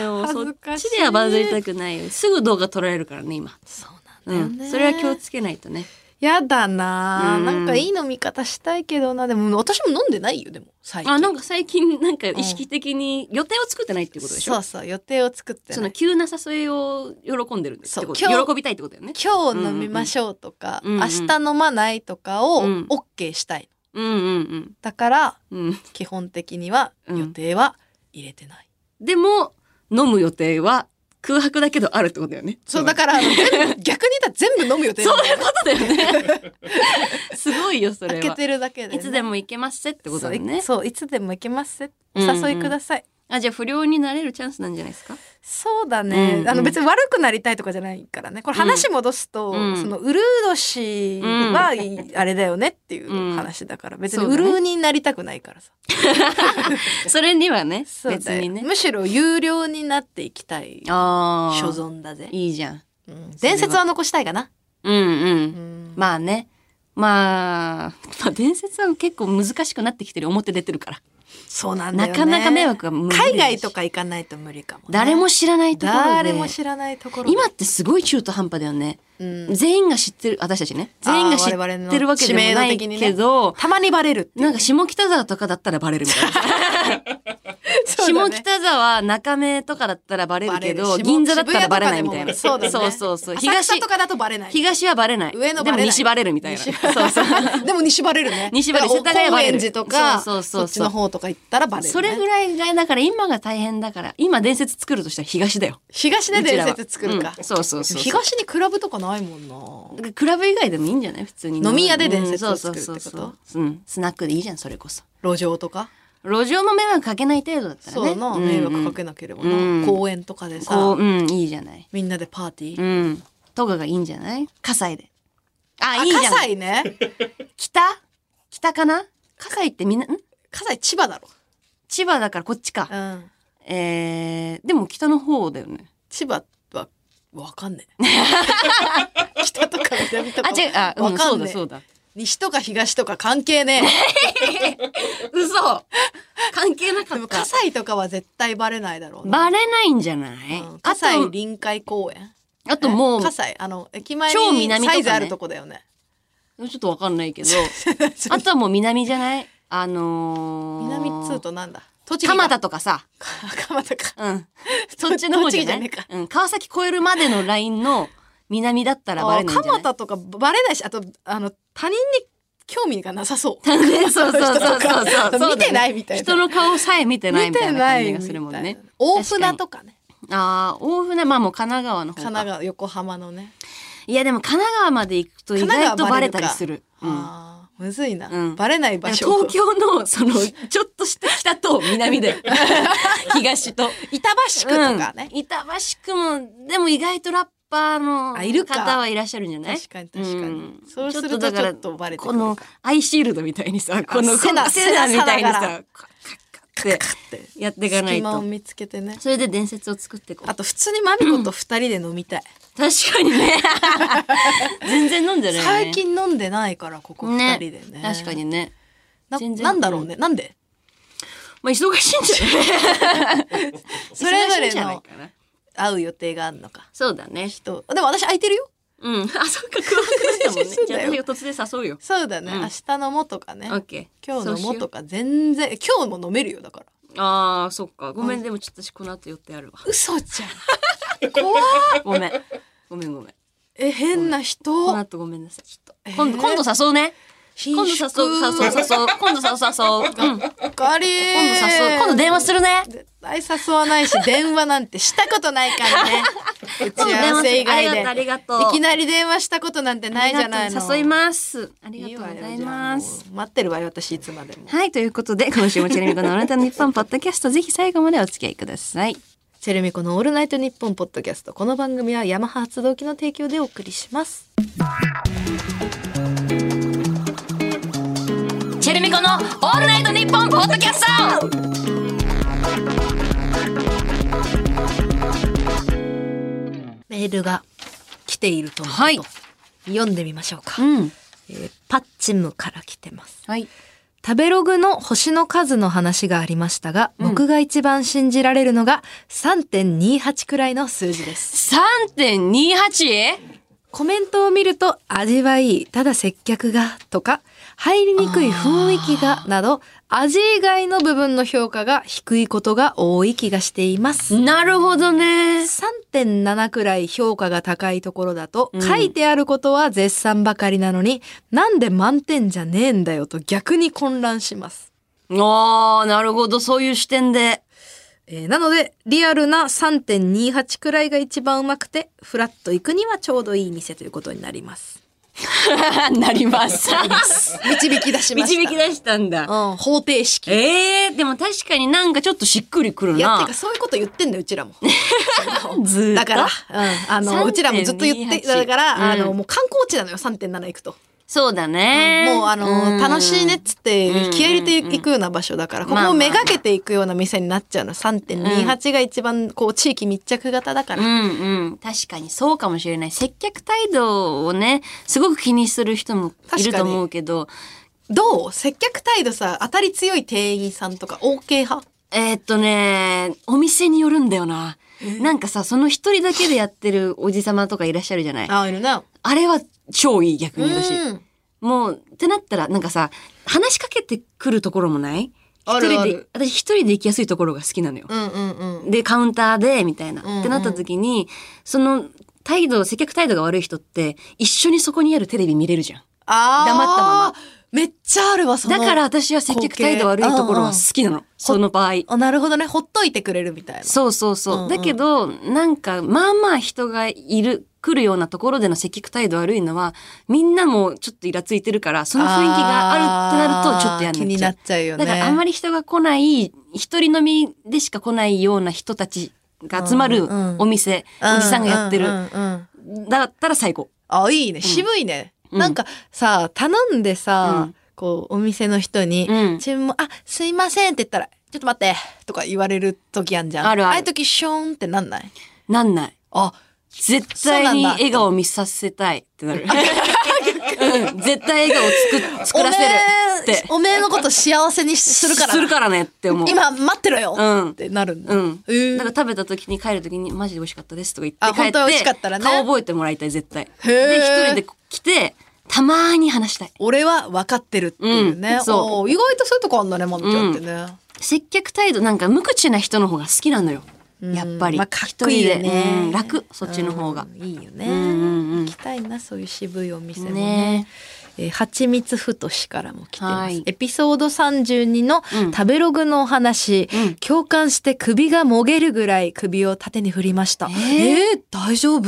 Speaker 2: よ
Speaker 3: ー。恥
Speaker 2: そっ
Speaker 3: ずかしい。
Speaker 2: ちではバズりたくないよ。すぐ動画撮られるからね、今。
Speaker 3: そう
Speaker 2: う
Speaker 3: なんだよね
Speaker 2: ん。それは気をつけないとね。
Speaker 3: やだなー。
Speaker 2: うん
Speaker 3: なんかいい飲み方したいけどな。でも私も飲んでないよ、でも。最近。
Speaker 2: あ、なんか最近、なんか意識的に予定を作ってないってことでし
Speaker 3: そ
Speaker 2: ょ
Speaker 3: うそう、予定を作って
Speaker 2: そ
Speaker 3: な
Speaker 2: の
Speaker 3: い。
Speaker 2: 急な誘いを喜んでるって
Speaker 3: そう
Speaker 2: こと。
Speaker 3: 今日
Speaker 2: 喜びたいってことだよね。
Speaker 3: 今日飲みましょうとか、
Speaker 2: うんうん
Speaker 3: 明日飲まないとかを
Speaker 2: うん
Speaker 3: OK したい。
Speaker 2: うんうん
Speaker 3: だから、
Speaker 2: うん。うん。
Speaker 3: 基本的には
Speaker 2: うん
Speaker 3: 予定は入れてない。
Speaker 2: でも、飲む予定は空白だけどあるってことだよね。
Speaker 3: そう、だから、あの全部逆に言ったら全部飲む予定なんだよ
Speaker 2: そういうことだよね。
Speaker 3: [LAUGHS]
Speaker 2: すごいよ、 [LAUGHS] それ
Speaker 3: 開け
Speaker 2: は。
Speaker 3: てるだけでね、
Speaker 2: いつでも行けますってことだよ
Speaker 3: そうい
Speaker 2: ね。
Speaker 3: そういつでも行けますせお
Speaker 2: うんうん
Speaker 3: 誘いください、
Speaker 2: あ、じゃあ不良になれるチャンスなんじゃないですか
Speaker 3: そうだね、
Speaker 2: うんうん
Speaker 3: あの別に悪くなりたいとかじゃないからねこれ話戻すと、
Speaker 2: うん
Speaker 3: そのウルー年はあれだよねっていう話だから別にウルーになりたくないからさ、
Speaker 2: それにはね、
Speaker 3: そう
Speaker 2: 別
Speaker 3: だよ
Speaker 2: にね。
Speaker 3: むしろ有料になっていきたい
Speaker 2: ああ。
Speaker 3: 所存だぜ、
Speaker 2: いいじゃん。
Speaker 3: うん伝説は残したいかな、
Speaker 2: うんう。
Speaker 3: うんん
Speaker 2: まあね。まあ、まあ、伝説は結構難しくなってきてる。表出てるから。
Speaker 3: そうなんだよ
Speaker 2: な
Speaker 3: ね
Speaker 2: かなか迷惑が無理だし
Speaker 3: 海外とか行かないと無理かもね、
Speaker 2: 誰も知らないところで。
Speaker 3: 誰も知らないところで
Speaker 2: 今ってすごい中途半端だよね。
Speaker 3: うん
Speaker 2: 全員が知ってる、私たちね。
Speaker 3: あー
Speaker 2: 全員が知っ
Speaker 3: 我々
Speaker 2: てる
Speaker 3: の
Speaker 2: わけでも
Speaker 3: 知名
Speaker 2: な
Speaker 3: 度
Speaker 2: い
Speaker 3: 的にね
Speaker 2: けど、
Speaker 3: たまにバレるっていう
Speaker 2: なんか下北沢とかだったらバレるみたいな。下北
Speaker 3: [LAUGHS] そうだね
Speaker 2: 沢、中目とかだったらバレるけ
Speaker 3: バレ
Speaker 2: ど、
Speaker 3: る
Speaker 2: 銀座だったらバレないみたいな。
Speaker 3: 渋谷とかでもそう
Speaker 2: そ
Speaker 3: だね
Speaker 2: うそうそう
Speaker 3: 東
Speaker 2: 東
Speaker 3: と、かだとバレない
Speaker 2: 東はバレない。
Speaker 3: 上の
Speaker 2: でも
Speaker 3: バレない
Speaker 2: 西バレるみたいな。そうそう。
Speaker 3: [LAUGHS] でも西バレるね
Speaker 2: 西バレる
Speaker 3: だから
Speaker 2: 世田谷バレる
Speaker 3: 高円寺とか
Speaker 2: そうそうそうそう
Speaker 3: っちの方とか行ったらバレる、ね、
Speaker 2: それぐらいが、だから今が大変だから、今伝説作るとしたら東だよ。
Speaker 3: 東で
Speaker 2: うち
Speaker 3: 伝
Speaker 2: らは
Speaker 3: 説作るか、
Speaker 2: うんそうそうそうそう
Speaker 3: 東にクラブとかないもんな
Speaker 2: クラブ以外でもいいんじゃない普通に。
Speaker 3: 飲み屋で伝説を作るってこと
Speaker 2: うんそうそうそうそううん。スナックでいいじゃん、それこそ。
Speaker 3: 路上とか
Speaker 2: 路上の迷惑かけない程度だったら
Speaker 3: そう
Speaker 2: ね。
Speaker 3: だな、
Speaker 2: ん
Speaker 3: 迷惑かけなければな、
Speaker 2: うん
Speaker 3: 公園とかでさ、
Speaker 2: こう、うん、いいじゃない。
Speaker 3: みんなでパーティー、
Speaker 2: うん。とかがいいんじゃない葛西で。あ、
Speaker 3: あ
Speaker 2: いいじゃ
Speaker 3: 葛
Speaker 2: ない。
Speaker 3: 西ね
Speaker 2: 北北かな葛西ってみんな、ん
Speaker 3: 葛西千葉だろ、
Speaker 2: 千葉だからこっちか。
Speaker 3: うん、
Speaker 2: えー、でも北の方だよね。
Speaker 3: 千葉はわかんね
Speaker 2: [LAUGHS]
Speaker 3: え北とか南と
Speaker 2: あ、
Speaker 3: か
Speaker 2: 違う、あ、う
Speaker 3: わ
Speaker 2: ん、
Speaker 3: か
Speaker 2: そ
Speaker 3: ん
Speaker 2: う
Speaker 3: ね
Speaker 2: だ
Speaker 3: え
Speaker 2: そうだ。
Speaker 3: 西とか東とか関係ね
Speaker 2: 嘘関係な
Speaker 3: えでも葛西とかは絶対バレないだろうな
Speaker 2: バレないんじゃない、
Speaker 3: うん
Speaker 2: あ
Speaker 3: 葛西
Speaker 2: と、
Speaker 3: 臨海公園
Speaker 2: あともう、ち
Speaker 3: 葛西あの駅前
Speaker 2: 超
Speaker 3: に
Speaker 2: 南とか
Speaker 3: サ
Speaker 2: ね
Speaker 3: イズあるとこだよね
Speaker 2: ょっとわかん
Speaker 3: [LAUGHS]
Speaker 2: ないけど、あとはもう南じゃないあのー、
Speaker 3: 南っつうとなんだ栃木か [LAUGHS]
Speaker 2: 蒲田とかさ、
Speaker 3: 蒲田か
Speaker 2: うん。そっちの方じゃない
Speaker 3: [LAUGHS] 栃木じゃね
Speaker 2: うん。川崎越えるまでのラインの南だったらバレないんじゃな
Speaker 3: 蒲
Speaker 2: い
Speaker 3: 田とかバレないしあとあの他人に興味がなさそう
Speaker 2: ねそうそうそうそうそう
Speaker 3: 人と
Speaker 2: そうだ
Speaker 3: か
Speaker 2: ね
Speaker 3: 見てないみたいな
Speaker 2: 人の顔さ [LAUGHS] え見てない
Speaker 3: 見
Speaker 2: みた
Speaker 3: て
Speaker 2: いな感じ
Speaker 3: み
Speaker 2: が
Speaker 3: た
Speaker 2: す
Speaker 3: い
Speaker 2: るもん
Speaker 3: な
Speaker 2: ね。
Speaker 3: 大船とかね
Speaker 2: ああ、大船、まあもう神奈川の方
Speaker 3: 神
Speaker 2: か。
Speaker 3: 奈川横浜のね
Speaker 2: いやでも神奈川まで行くと意
Speaker 3: 神奈
Speaker 2: 外と
Speaker 3: 川
Speaker 2: バレ
Speaker 3: る
Speaker 2: た
Speaker 3: か
Speaker 2: りする。うん
Speaker 3: あーむずいな、
Speaker 2: うん
Speaker 3: バレない
Speaker 2: だか
Speaker 3: 場
Speaker 2: ら
Speaker 3: 所
Speaker 2: 東京のそのちょっとした北と南で東と
Speaker 3: [LAUGHS] 板橋区とかね、
Speaker 2: うん板橋区もでも意外とラッパーの
Speaker 3: あいるか
Speaker 2: 方はいらっしゃるんじゃない
Speaker 3: 確かに確かに、
Speaker 2: うん
Speaker 3: そうする
Speaker 2: ちょ
Speaker 3: と
Speaker 2: っ
Speaker 3: ちょ
Speaker 2: とだから
Speaker 3: っとバレてく
Speaker 2: こ
Speaker 3: るか
Speaker 2: のアイシールドみたいにさこの
Speaker 3: セナ
Speaker 2: このセナ
Speaker 3: セ
Speaker 2: み
Speaker 3: ナさながら
Speaker 2: たいにさカッカッカッって
Speaker 3: って
Speaker 2: やっていかない
Speaker 3: 隙間を
Speaker 2: と
Speaker 3: 見つけてね
Speaker 2: それで伝説を作っていこう
Speaker 3: あと普通にマミコと二人で飲みたい、
Speaker 2: 確かにね [LAUGHS] 全然飲んでないよね
Speaker 3: 最近飲んでないからここ二人でね
Speaker 2: 確かにね
Speaker 3: な
Speaker 2: 全然
Speaker 3: なんだろうねなんで
Speaker 2: まあ忙しいんじゃない
Speaker 3: [LAUGHS] それ
Speaker 2: 忙し
Speaker 3: ぞ
Speaker 2: いん
Speaker 3: れ
Speaker 2: じゃない
Speaker 3: の
Speaker 2: かな
Speaker 3: 会う予定があるのか
Speaker 2: そうだね
Speaker 3: とでも私空いてるよ
Speaker 2: うん、あ、そっか、空白だったもんね
Speaker 3: そう。
Speaker 2: じ
Speaker 3: だ
Speaker 2: ゃあ、
Speaker 3: よ
Speaker 2: 私が突然誘うよ。
Speaker 3: そうだね、
Speaker 2: うん
Speaker 3: 明日飲もうとかね
Speaker 2: オッケー。
Speaker 3: 今日飲もうと
Speaker 2: か。
Speaker 3: か全然今日も飲めるよだから
Speaker 2: ああ、そっか。ごめん、でもちょっと私この後予定あるわ。
Speaker 3: 嘘じゃん [LAUGHS] 怖っ
Speaker 2: ごめん。ごめんごめん。
Speaker 3: え変な
Speaker 2: この
Speaker 3: 人
Speaker 2: 後ごめんなさい。ちょっと。
Speaker 3: えー
Speaker 2: 今度、今度誘うね。今度誘う、
Speaker 3: 品
Speaker 2: 誘
Speaker 3: 種
Speaker 2: う、誘う。今度誘う、誘う。うん。今度
Speaker 3: ばっかり
Speaker 2: 誘う。今度電話するね。
Speaker 3: 絶対誘わないし電話なんてしたことないから
Speaker 2: [LAUGHS]
Speaker 3: ね打ち合わせ以外で
Speaker 2: ありがとうありがとう
Speaker 3: いきなり電話したことなんてないじゃない
Speaker 2: ありがと
Speaker 3: の
Speaker 2: う誘います。ありが
Speaker 3: わ
Speaker 2: とう
Speaker 3: よ
Speaker 2: ございます。
Speaker 3: じゃあもう待ってるわよ私いつまでも
Speaker 2: はい、ということで、今週もチェルミコのあなたの日本ポッドキャスト、ぜひ最後までお付き合いください。
Speaker 3: チェルミコのオールナイトニッポンポッドキャストこの番組はヤマハ発動機の提供でお送りします
Speaker 2: チェルミコのオールナイトニッポンポッドキャスト
Speaker 3: メールが来ているとのこと、
Speaker 2: はい
Speaker 3: 読んでみましょうか、
Speaker 2: うん。
Speaker 3: えーパッチムから来てます
Speaker 2: はい。
Speaker 3: 食べログの星の数の話がありましたが、僕が一番信じられるのが3.28くらいの数字です。
Speaker 2: 3.28?
Speaker 3: コメントを見ると味はいい、ただ接客が、とか、入りにくい雰囲気が、など、味以外の部分の評価が低いことが多い気がしています。
Speaker 2: なるほどね。
Speaker 3: 3.7くらい評価が高いところだと、
Speaker 2: うん
Speaker 3: 書いてあることは絶賛ばかりなのに、なんで満点じゃねえんだよと逆に混乱します。
Speaker 2: ああ、なるほど、そういう視点で。
Speaker 3: えーなのでリアルな3.28くらいが一番うまくてフラッと行くにはちょうどいい店ということになります
Speaker 2: [LAUGHS] なります。
Speaker 3: [LAUGHS] 導き出しました
Speaker 2: [LAUGHS] 導き出したんだ。
Speaker 3: うん、方程式い
Speaker 2: ええでも確かになんかちょっとしっくりくる
Speaker 3: やて
Speaker 2: な
Speaker 3: か。そういうこと言ってんだようちらも
Speaker 2: ずーっと
Speaker 3: だから、うん、あの
Speaker 2: 3.28
Speaker 3: うちらもずっと言ってだから、あの
Speaker 2: うん
Speaker 3: もう観光地なのよ3.7行くと、
Speaker 2: そうだね。
Speaker 3: もうあの、
Speaker 2: ん
Speaker 3: 楽しいねっ。つって
Speaker 2: うん
Speaker 3: 気合い入れていくような場所だから、ここをめがけていくような店になっちゃうの3.28が一番こう地域密着型だか
Speaker 2: う
Speaker 3: ら、
Speaker 2: んうん。確かにそうかもしれない。接客態度をね、すごく気にする人もいると思うけど、
Speaker 3: どう接客態度さ当たり強い店員さんとか OK 派
Speaker 2: えーっとね、お店によるんだよな。なんかさ、その一人だけでやってるおじさまとかいらっしゃるじゃない。
Speaker 3: あいるな
Speaker 2: あれは超いい逆に私。
Speaker 3: うん
Speaker 2: もう、ってなったら、なんかさ、話しかけてくるところもない
Speaker 3: ある
Speaker 2: 一
Speaker 3: あ
Speaker 2: 人で
Speaker 3: る、
Speaker 2: 私一人で行きやすいところが好きなのよ。
Speaker 3: うんうんうん
Speaker 2: で、カウンターで、みたいな。
Speaker 3: うん
Speaker 2: ってなった時に、その、態度、接客態度が悪い人って、一緒にそこにあるテレビ見れるじゃん。
Speaker 3: あー
Speaker 2: 黙ったまま
Speaker 3: めっちゃあるわその
Speaker 2: だから私は接客態度悪いところは好きなの。その場合。
Speaker 3: あなるほどねほっといてくれるみたいな
Speaker 2: そうそうそう。
Speaker 3: うんうん
Speaker 2: だけど、なんか、まあまあ人がいる来るようなところでの積極態度悪いのは、みんなもちょっとイラついてるから、その雰囲気があるってなると、ちょっとやんな
Speaker 3: あー気
Speaker 2: く
Speaker 3: に
Speaker 2: ち
Speaker 3: な
Speaker 2: ゃ
Speaker 3: っ。ちゃうよね。
Speaker 2: だからあんまり人が来ない、一人飲みでしか来ないような人たちが集まる
Speaker 3: うんうん
Speaker 2: お店、おじさんがやって
Speaker 3: う
Speaker 2: る。
Speaker 3: んうんうん
Speaker 2: だったら最高。
Speaker 3: あ、いいね。渋いね。
Speaker 2: うん
Speaker 3: なんかさ、頼んでさ、
Speaker 2: うん
Speaker 3: こう、お店の人に、
Speaker 2: うん
Speaker 3: 注文、あ、すいませんって言ったら、ちょっと待って、とか言われる時あんじゃん。
Speaker 2: あるある
Speaker 3: あいう時、ショーンってなんない
Speaker 2: なんない。
Speaker 3: あ、
Speaker 2: 絶対に笑顔見させたいってなる。うん、絶対笑顔作作らせるって。
Speaker 3: おめえおめえのこと幸せにするから。
Speaker 2: するからねって思う。
Speaker 3: 今、待ってろよ、
Speaker 2: うん
Speaker 3: ってなるんだ。
Speaker 2: うん。
Speaker 3: えー
Speaker 2: だから食べた時に帰る時にマジで美味しかったですとか言
Speaker 3: あ
Speaker 2: って帰
Speaker 3: 本当は美味しかったら
Speaker 2: って
Speaker 3: ね
Speaker 2: 顔覚えてもらいたい絶対。
Speaker 3: ー
Speaker 2: で一人で来てたまーに話したい。
Speaker 3: 俺は分かってるっていう
Speaker 2: う
Speaker 3: ね。
Speaker 2: んそう
Speaker 3: おー意外とそういうとこあんだね、まみちゃんってね。
Speaker 2: 接客態度なんか無口な人の方が好きなのよ。やっぱり。
Speaker 3: まあかっこいいよね
Speaker 2: 一人でうん楽そっちの方が。
Speaker 3: うんいいよね、
Speaker 2: うんうん
Speaker 3: 行きたいなそういう渋いお店もね
Speaker 2: ね
Speaker 3: えーはちみつふとしからも来てま
Speaker 2: は
Speaker 3: す
Speaker 2: い
Speaker 3: エピソード32の食べログのお話、共感して首がもげるぐらい首を縦に振りましたえー大丈
Speaker 2: [LAUGHS]
Speaker 3: 夫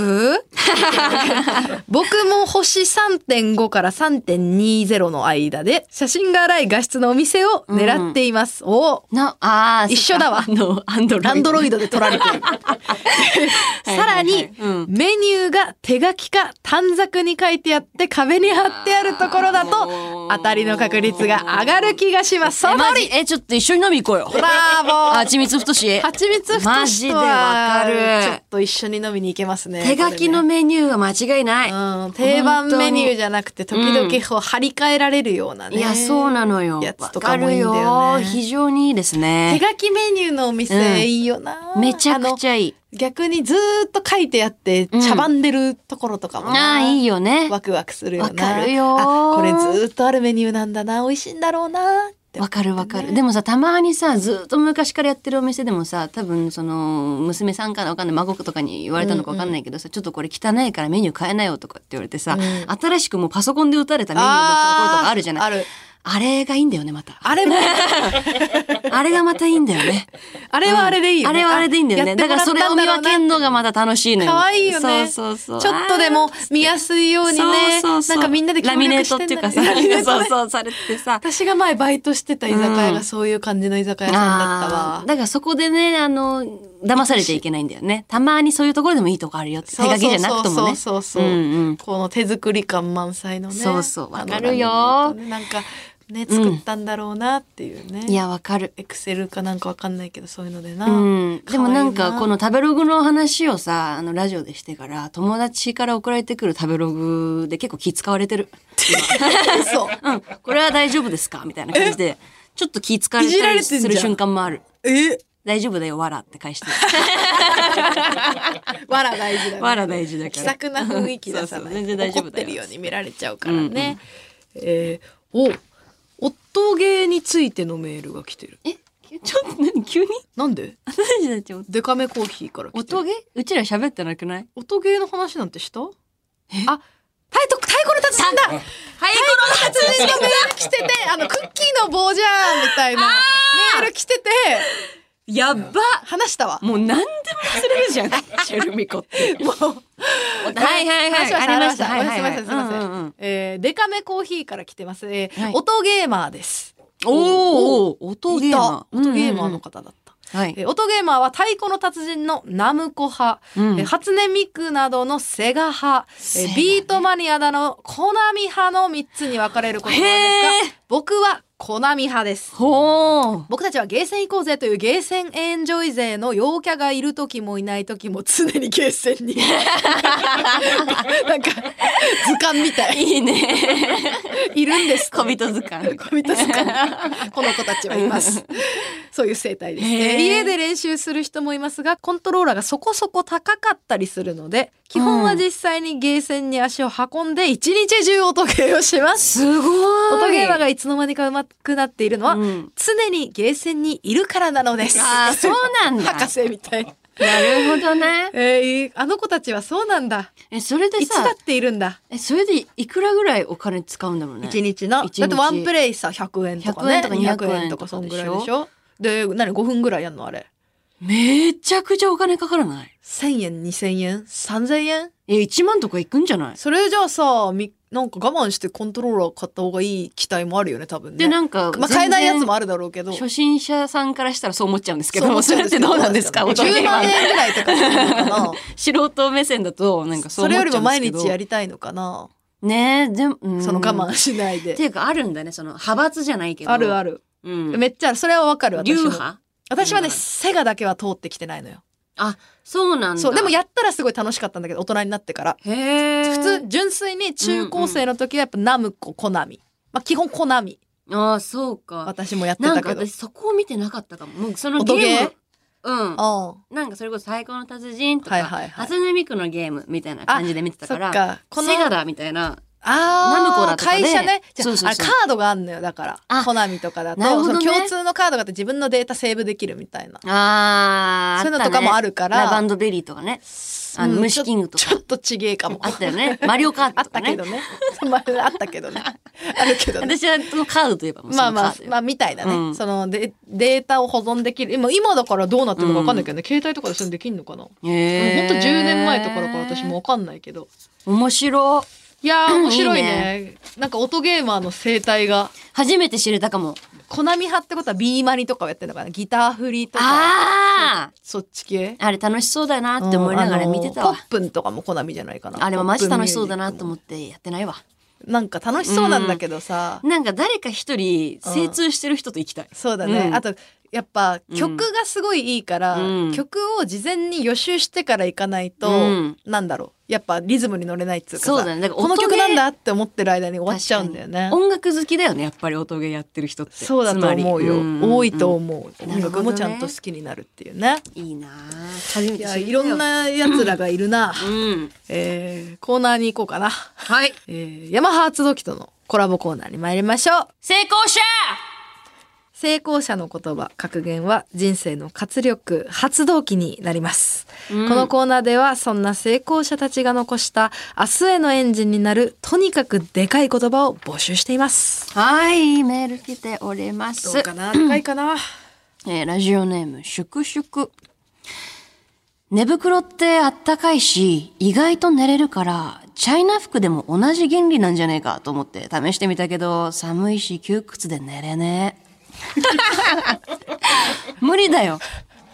Speaker 3: 僕も星3.5から3.20の間で写真が荒い画質のお店を狙っています、おー
Speaker 2: なああ
Speaker 3: 一緒だわ
Speaker 2: あのアンドロイド。
Speaker 3: アンドロイドで撮られてる。
Speaker 2: はい
Speaker 3: さら
Speaker 2: は
Speaker 3: に
Speaker 2: いうん、
Speaker 3: メニューが手書きか短冊に書いてあって壁に貼ってあるところだと、当たりの確率が上がる気がします。そ
Speaker 2: え
Speaker 3: の
Speaker 2: マ
Speaker 3: 通
Speaker 2: ジ
Speaker 3: り
Speaker 2: えちょっと一緒に飲み行こうよ。
Speaker 3: ブラボー
Speaker 2: あちみつふとし。
Speaker 3: 蜂蜜ふと
Speaker 2: マ
Speaker 3: し
Speaker 2: ジ
Speaker 3: と
Speaker 2: で
Speaker 3: は
Speaker 2: わか
Speaker 3: ちょっ
Speaker 2: る。
Speaker 3: と一緒に飲みに行けますね。
Speaker 2: [LAUGHS] 手書きの
Speaker 3: こ
Speaker 2: メニューは間違いない。
Speaker 3: れねうん、定番メニュー
Speaker 2: じ
Speaker 3: じゃなくて時々こう張り替えられるようなね。
Speaker 2: いや、そうなのよ。
Speaker 3: やつとかもいいんだよね
Speaker 2: わかるよ非常にいいです
Speaker 3: 手
Speaker 2: ね。
Speaker 3: 書きメニューのお
Speaker 2: うん
Speaker 3: 店いいよな。
Speaker 2: めちゃくちゃいい。
Speaker 3: 逆にずーっと書いてあって、
Speaker 2: ん
Speaker 3: 茶番でるところとかも
Speaker 2: ああ、いいよ [LAUGHS] ね。
Speaker 3: ワクワクするよな。
Speaker 2: わかるよ
Speaker 3: あ、これずーっとあるメニューなんだな。美味しいんだろうなって。
Speaker 2: わかるわかる。でもさ、たまにさ、ずっと昔からやってるお店でもさ、多分その、娘さんかなわかんない、孫とかに言われたのかわかんないけどさ、ちょっとこれ汚いからメニュー変えなよとかって言われてさ、新しくもうパソコンで打たれたメニューのところとかあるじゃない。
Speaker 3: ある。
Speaker 2: あれがいいんだよね、また。
Speaker 3: あれ
Speaker 2: [LAUGHS]
Speaker 3: も、
Speaker 2: あれがまたいいんだよね。
Speaker 3: あれはあれでいいよ
Speaker 2: あ
Speaker 3: ね、
Speaker 2: れはあれでいいんだよね。
Speaker 3: あ
Speaker 2: だからそれを見分け
Speaker 3: やってもらったんだろうな
Speaker 2: るのがまた楽しいのよ。
Speaker 3: 可愛いよね。
Speaker 2: そうそうそう。
Speaker 3: ちょっとでも見やすいようにね。
Speaker 2: そうそうそう
Speaker 3: なんかみんなで協
Speaker 2: ラミネ
Speaker 3: 力
Speaker 2: ー
Speaker 3: し
Speaker 2: ト
Speaker 3: てん
Speaker 2: っ
Speaker 3: だ
Speaker 2: ていうかさ、
Speaker 3: ラミネ [LAUGHS] ートね
Speaker 2: そうそう、されてさ。
Speaker 3: 私が前バイトしてた居酒屋
Speaker 2: う
Speaker 3: が
Speaker 2: ん
Speaker 3: そういう感じの居酒屋さんだった
Speaker 2: あ
Speaker 3: わ
Speaker 2: ー。だからそこでね、あの、騙されちゃいけないんだよね。たまにそういうところでもいいとこあるよって。手
Speaker 3: そうそ
Speaker 2: 書
Speaker 3: う
Speaker 2: きじゃなくてもね。
Speaker 3: そうそうそう。
Speaker 2: んうん
Speaker 3: この手作り感満載のね。
Speaker 2: そうそうわか
Speaker 3: あの
Speaker 2: るよ
Speaker 3: ラミネートねなんかね、作ったんだろうなっていうね。
Speaker 2: いや、わかる。
Speaker 3: エクセルかなんかわかんないけどそういうのでな。
Speaker 2: うん、でもなんかこ
Speaker 3: の
Speaker 2: の食べログの話をさあのラジオでしてから友達から送られてくる食べログで結構気使われてる
Speaker 3: [LAUGHS] そう
Speaker 2: うんこれは大丈夫ですかみたいな感じでちょっと気使われ
Speaker 3: いじら
Speaker 2: た
Speaker 3: れてん
Speaker 2: り
Speaker 3: じゃん
Speaker 2: する瞬間もある
Speaker 3: [LAUGHS] え
Speaker 2: 大丈夫だよわらって返して
Speaker 3: わら大事だね。
Speaker 2: わら大事だから
Speaker 3: 気さくな雰囲気出さ
Speaker 2: そう
Speaker 3: な
Speaker 2: そ
Speaker 3: [LAUGHS] い
Speaker 2: 全
Speaker 3: う
Speaker 2: 然大丈夫だ
Speaker 3: 怒
Speaker 2: よ
Speaker 3: ってるように見られちゃうからね。えーお夫芸についてのメールが来てる。
Speaker 2: え [LAUGHS] ちょっと何急に
Speaker 3: なんで？
Speaker 2: 私たち
Speaker 3: デカめコーヒーから来て
Speaker 2: 音
Speaker 3: る。
Speaker 2: ゲうちら喋ってなくない
Speaker 3: 音芸の話なんてした？あ、太鼓太鼓の達人だ。太鼓の達人のメール来てて、あのクッキーの棒じゃんみたいなメール来てて
Speaker 2: やっば
Speaker 3: 話したわ。
Speaker 2: もう何でも忘れるじゃん [LAUGHS] チェルミコって
Speaker 3: もう
Speaker 2: はいはいはい
Speaker 3: 話は
Speaker 2: ありました
Speaker 3: あ
Speaker 2: は
Speaker 3: りました
Speaker 2: いはいはい
Speaker 3: すみませんすみません、
Speaker 2: うんうんうん
Speaker 3: えーデカめコーヒーから来てます、えー
Speaker 2: はい
Speaker 3: 音ゲーマーです
Speaker 2: おーおー音ゲー
Speaker 3: い
Speaker 2: マ
Speaker 3: た
Speaker 2: ー
Speaker 3: 音ゲーマーの方だった、
Speaker 2: はい
Speaker 3: えー音ゲーマーは太鼓の達人のナムコ派、
Speaker 2: うん
Speaker 3: えー初音ミクなどのセガ派、えービートマニアだのコナミ派の3つに分かれることなんですが僕はコナミ派です
Speaker 2: ほー
Speaker 3: 僕たちはゲーセン行こうぜというゲーセンエンジョイ勢の陽キャがいる時もいない時も常にゲーセン [LAUGHS] になんか図鑑みたい
Speaker 2: いいね [LAUGHS]
Speaker 3: いるんです
Speaker 2: 小人図鑑
Speaker 3: 小人図鑑この子たちはいますそういう生態です、
Speaker 2: へえ
Speaker 3: えー家で練習する人もいますがコントローラーがそこそこ高かったりするので基本は実際にゲーセンに足を運んで一日中音ゲーをします
Speaker 2: すごい
Speaker 3: 音ゲーマーがいつの間にか上手くなっているのは、
Speaker 2: うん
Speaker 3: 常にゲーセンにいるからなのです。
Speaker 2: あーそうなん [LAUGHS] だ
Speaker 3: 博士みたいな。
Speaker 2: なるほどね
Speaker 3: えーあの子たちはそうなんだ。
Speaker 2: えそれで
Speaker 3: いつだ
Speaker 2: さ
Speaker 3: っているんだ。
Speaker 2: えそれでいくらぐらいお金使うんだろうね
Speaker 3: 一日の。
Speaker 2: 一日
Speaker 3: だってワンプレイさ100円とか
Speaker 2: 100
Speaker 3: ね。
Speaker 2: 円とか200円
Speaker 3: 200円とかそんぐらいでしょ。で、何5分ぐらいやんのあれ。
Speaker 2: めちゃくちゃお金かからない
Speaker 3: 1000円、2000円、3000円
Speaker 2: え、1万とかいくんじゃない
Speaker 3: それじゃあさ、み、なんか我慢してコントローラー買った方がいい期待もあるよね、多分ね。
Speaker 2: で、なんか、
Speaker 3: まあ、買えないやつもあるだろうけど。
Speaker 2: 初心者さんからしたらそう思っちゃうんですけ
Speaker 3: そう思
Speaker 2: ど、
Speaker 3: っち
Speaker 2: そ
Speaker 3: ゃ
Speaker 2: れってどうなんですか
Speaker 3: [LAUGHS] 10万円
Speaker 2: 音
Speaker 3: ぐらいとかする
Speaker 2: [LAUGHS]
Speaker 3: のかな
Speaker 2: 源は素人目線だと、なんかそう
Speaker 3: そ
Speaker 2: 思
Speaker 3: れ
Speaker 2: っ
Speaker 3: よ
Speaker 2: ち
Speaker 3: り
Speaker 2: ゃ
Speaker 3: も
Speaker 2: うんですけ
Speaker 3: 毎
Speaker 2: ど。
Speaker 3: 日やりたいのかな
Speaker 2: ねえ、でも、うん
Speaker 3: その我慢しない
Speaker 2: っ
Speaker 3: で
Speaker 2: て。いうかあるんだね、その派閥じゃないけど。
Speaker 3: あるあ
Speaker 2: る。
Speaker 3: る。
Speaker 2: うん。
Speaker 3: めっちゃある。それはわかる、
Speaker 2: 流
Speaker 3: 私も。
Speaker 2: 派
Speaker 3: 私はね、
Speaker 2: 流派
Speaker 3: セガだけは通ってきてないのよ。
Speaker 2: あ、そうなんだ。
Speaker 3: そう。でもやったらすごい楽しかったんだけど、大人になってから。
Speaker 2: へえ。
Speaker 3: 普通、純粋に中高生の時はやっぱナムコ、コナミ。まあ、基本コナミ。
Speaker 2: ああ、そうか。
Speaker 3: 私もやって
Speaker 2: な
Speaker 3: た
Speaker 2: んか
Speaker 3: けど。
Speaker 2: 私そこを見てなかったかも。もうその
Speaker 3: 音ゲー
Speaker 2: ゲーム。うん。
Speaker 3: あ
Speaker 2: なんかそれこそ最高の達人と
Speaker 3: はい
Speaker 2: か、
Speaker 3: はいはい
Speaker 2: 初音ミクのゲームみたいな感じで見てた
Speaker 3: あ。そ
Speaker 2: か
Speaker 3: っ
Speaker 2: ら、
Speaker 3: か。この
Speaker 2: セガだみたいな。
Speaker 3: あー
Speaker 2: ナムコだとかで
Speaker 3: 会社ね。じゃあ
Speaker 2: そうそうそう
Speaker 3: あれカードがあんのよ、だから。
Speaker 2: あ
Speaker 3: コナミとかだと、
Speaker 2: なるほ
Speaker 3: そ
Speaker 2: ど
Speaker 3: の
Speaker 2: ね
Speaker 3: 共通のカードがあって自分のデータセーブできるみたいな。
Speaker 2: あ
Speaker 3: そういうのとかもあ
Speaker 2: る
Speaker 3: るか
Speaker 2: ラバ
Speaker 3: ら。
Speaker 2: ンドベリーとかね。あの
Speaker 3: うん
Speaker 2: 虫キングとか
Speaker 3: ちょちょっとちげえかも。
Speaker 2: あったよ
Speaker 3: [LAUGHS]
Speaker 2: ね。マリオカー
Speaker 3: あ
Speaker 2: ト
Speaker 3: っ
Speaker 2: とか
Speaker 3: たけ
Speaker 2: ね [LAUGHS]
Speaker 3: ど。ね。まああったけどね。あるけどね。
Speaker 2: 私はそのカードといえばもうそ
Speaker 3: まあ
Speaker 2: のカ
Speaker 3: まあ
Speaker 2: ード、よ
Speaker 3: まあみたいなね。
Speaker 2: うん
Speaker 3: そのデデータを保存できる。今、今だからどうなってるのかわかんないけどね。携帯とかでそういうのできんのかな。
Speaker 2: へ
Speaker 3: ほ
Speaker 2: え
Speaker 3: んと10年前とかだから私もわかんないけど。
Speaker 2: 面白い
Speaker 3: いやー面白いね。
Speaker 2: い
Speaker 3: なんか音ゲーマーの生態が。
Speaker 2: 初めて知れたかも
Speaker 3: コナミ派ってことはビーマニとかをやってるのかなギターフリーとか。
Speaker 2: あ
Speaker 3: そっち系
Speaker 2: ああれ楽しそうだなって思いながら見てたわ、
Speaker 3: うんあのーポップンとかもコナミじゃないかな。
Speaker 2: あれはマジ楽しそうだなと
Speaker 3: ポッ
Speaker 2: 思ってやってないわ
Speaker 3: プンミュージックもなんか楽しそうなんだけどさ。
Speaker 2: なんか誰か一人精通してる人と行きたい、
Speaker 3: そうだね、
Speaker 2: うん
Speaker 3: あとやっぱ曲がすごいいいから、
Speaker 2: うん
Speaker 3: 曲を事前に予習してから行かないと、
Speaker 2: うん
Speaker 3: なんだろうやっぱリズムに乗れないっつうかさ
Speaker 2: そうだねだから
Speaker 3: この
Speaker 2: 音
Speaker 3: 曲
Speaker 2: ゲー
Speaker 3: なんだって思ってる間に終わっちゃうんだよ
Speaker 2: 確
Speaker 3: ね
Speaker 2: かに音楽好きだよねやっぱり音ゲーやってる人って
Speaker 3: そうだと思うよ、
Speaker 2: つまり
Speaker 3: 多いと
Speaker 2: ん
Speaker 3: 思う、
Speaker 2: うん
Speaker 3: 音楽もちゃん
Speaker 2: なるほ
Speaker 3: と
Speaker 2: ど
Speaker 3: 好
Speaker 2: ね
Speaker 3: きになるっていうね
Speaker 2: いいなあ初めて
Speaker 3: い
Speaker 2: 知れ
Speaker 3: や
Speaker 2: たよ
Speaker 3: いろんなやつらがいるな、
Speaker 2: うん
Speaker 3: えーコーナーに行こうかな、
Speaker 2: はい
Speaker 3: えーヤマハ発動機とのコラボコーナーに参りましょう
Speaker 2: 成功者
Speaker 3: 成功者の言葉格言は人生の活力発動機になります、このコーナーではそんな成功者たちが残した明日へのエンジンになるとにかくでかい言葉を募集しています
Speaker 2: はいメール来ております
Speaker 3: なでかいかな
Speaker 2: えーラジオネーム、粛々。寝袋ってあったかいし、意外と寝れるから、チャイナ服でも同じ原理なんじゃねえかと思って試してみたけど、寒いし窮屈で寝れねえ。 [LAUGHS] 無理だよ。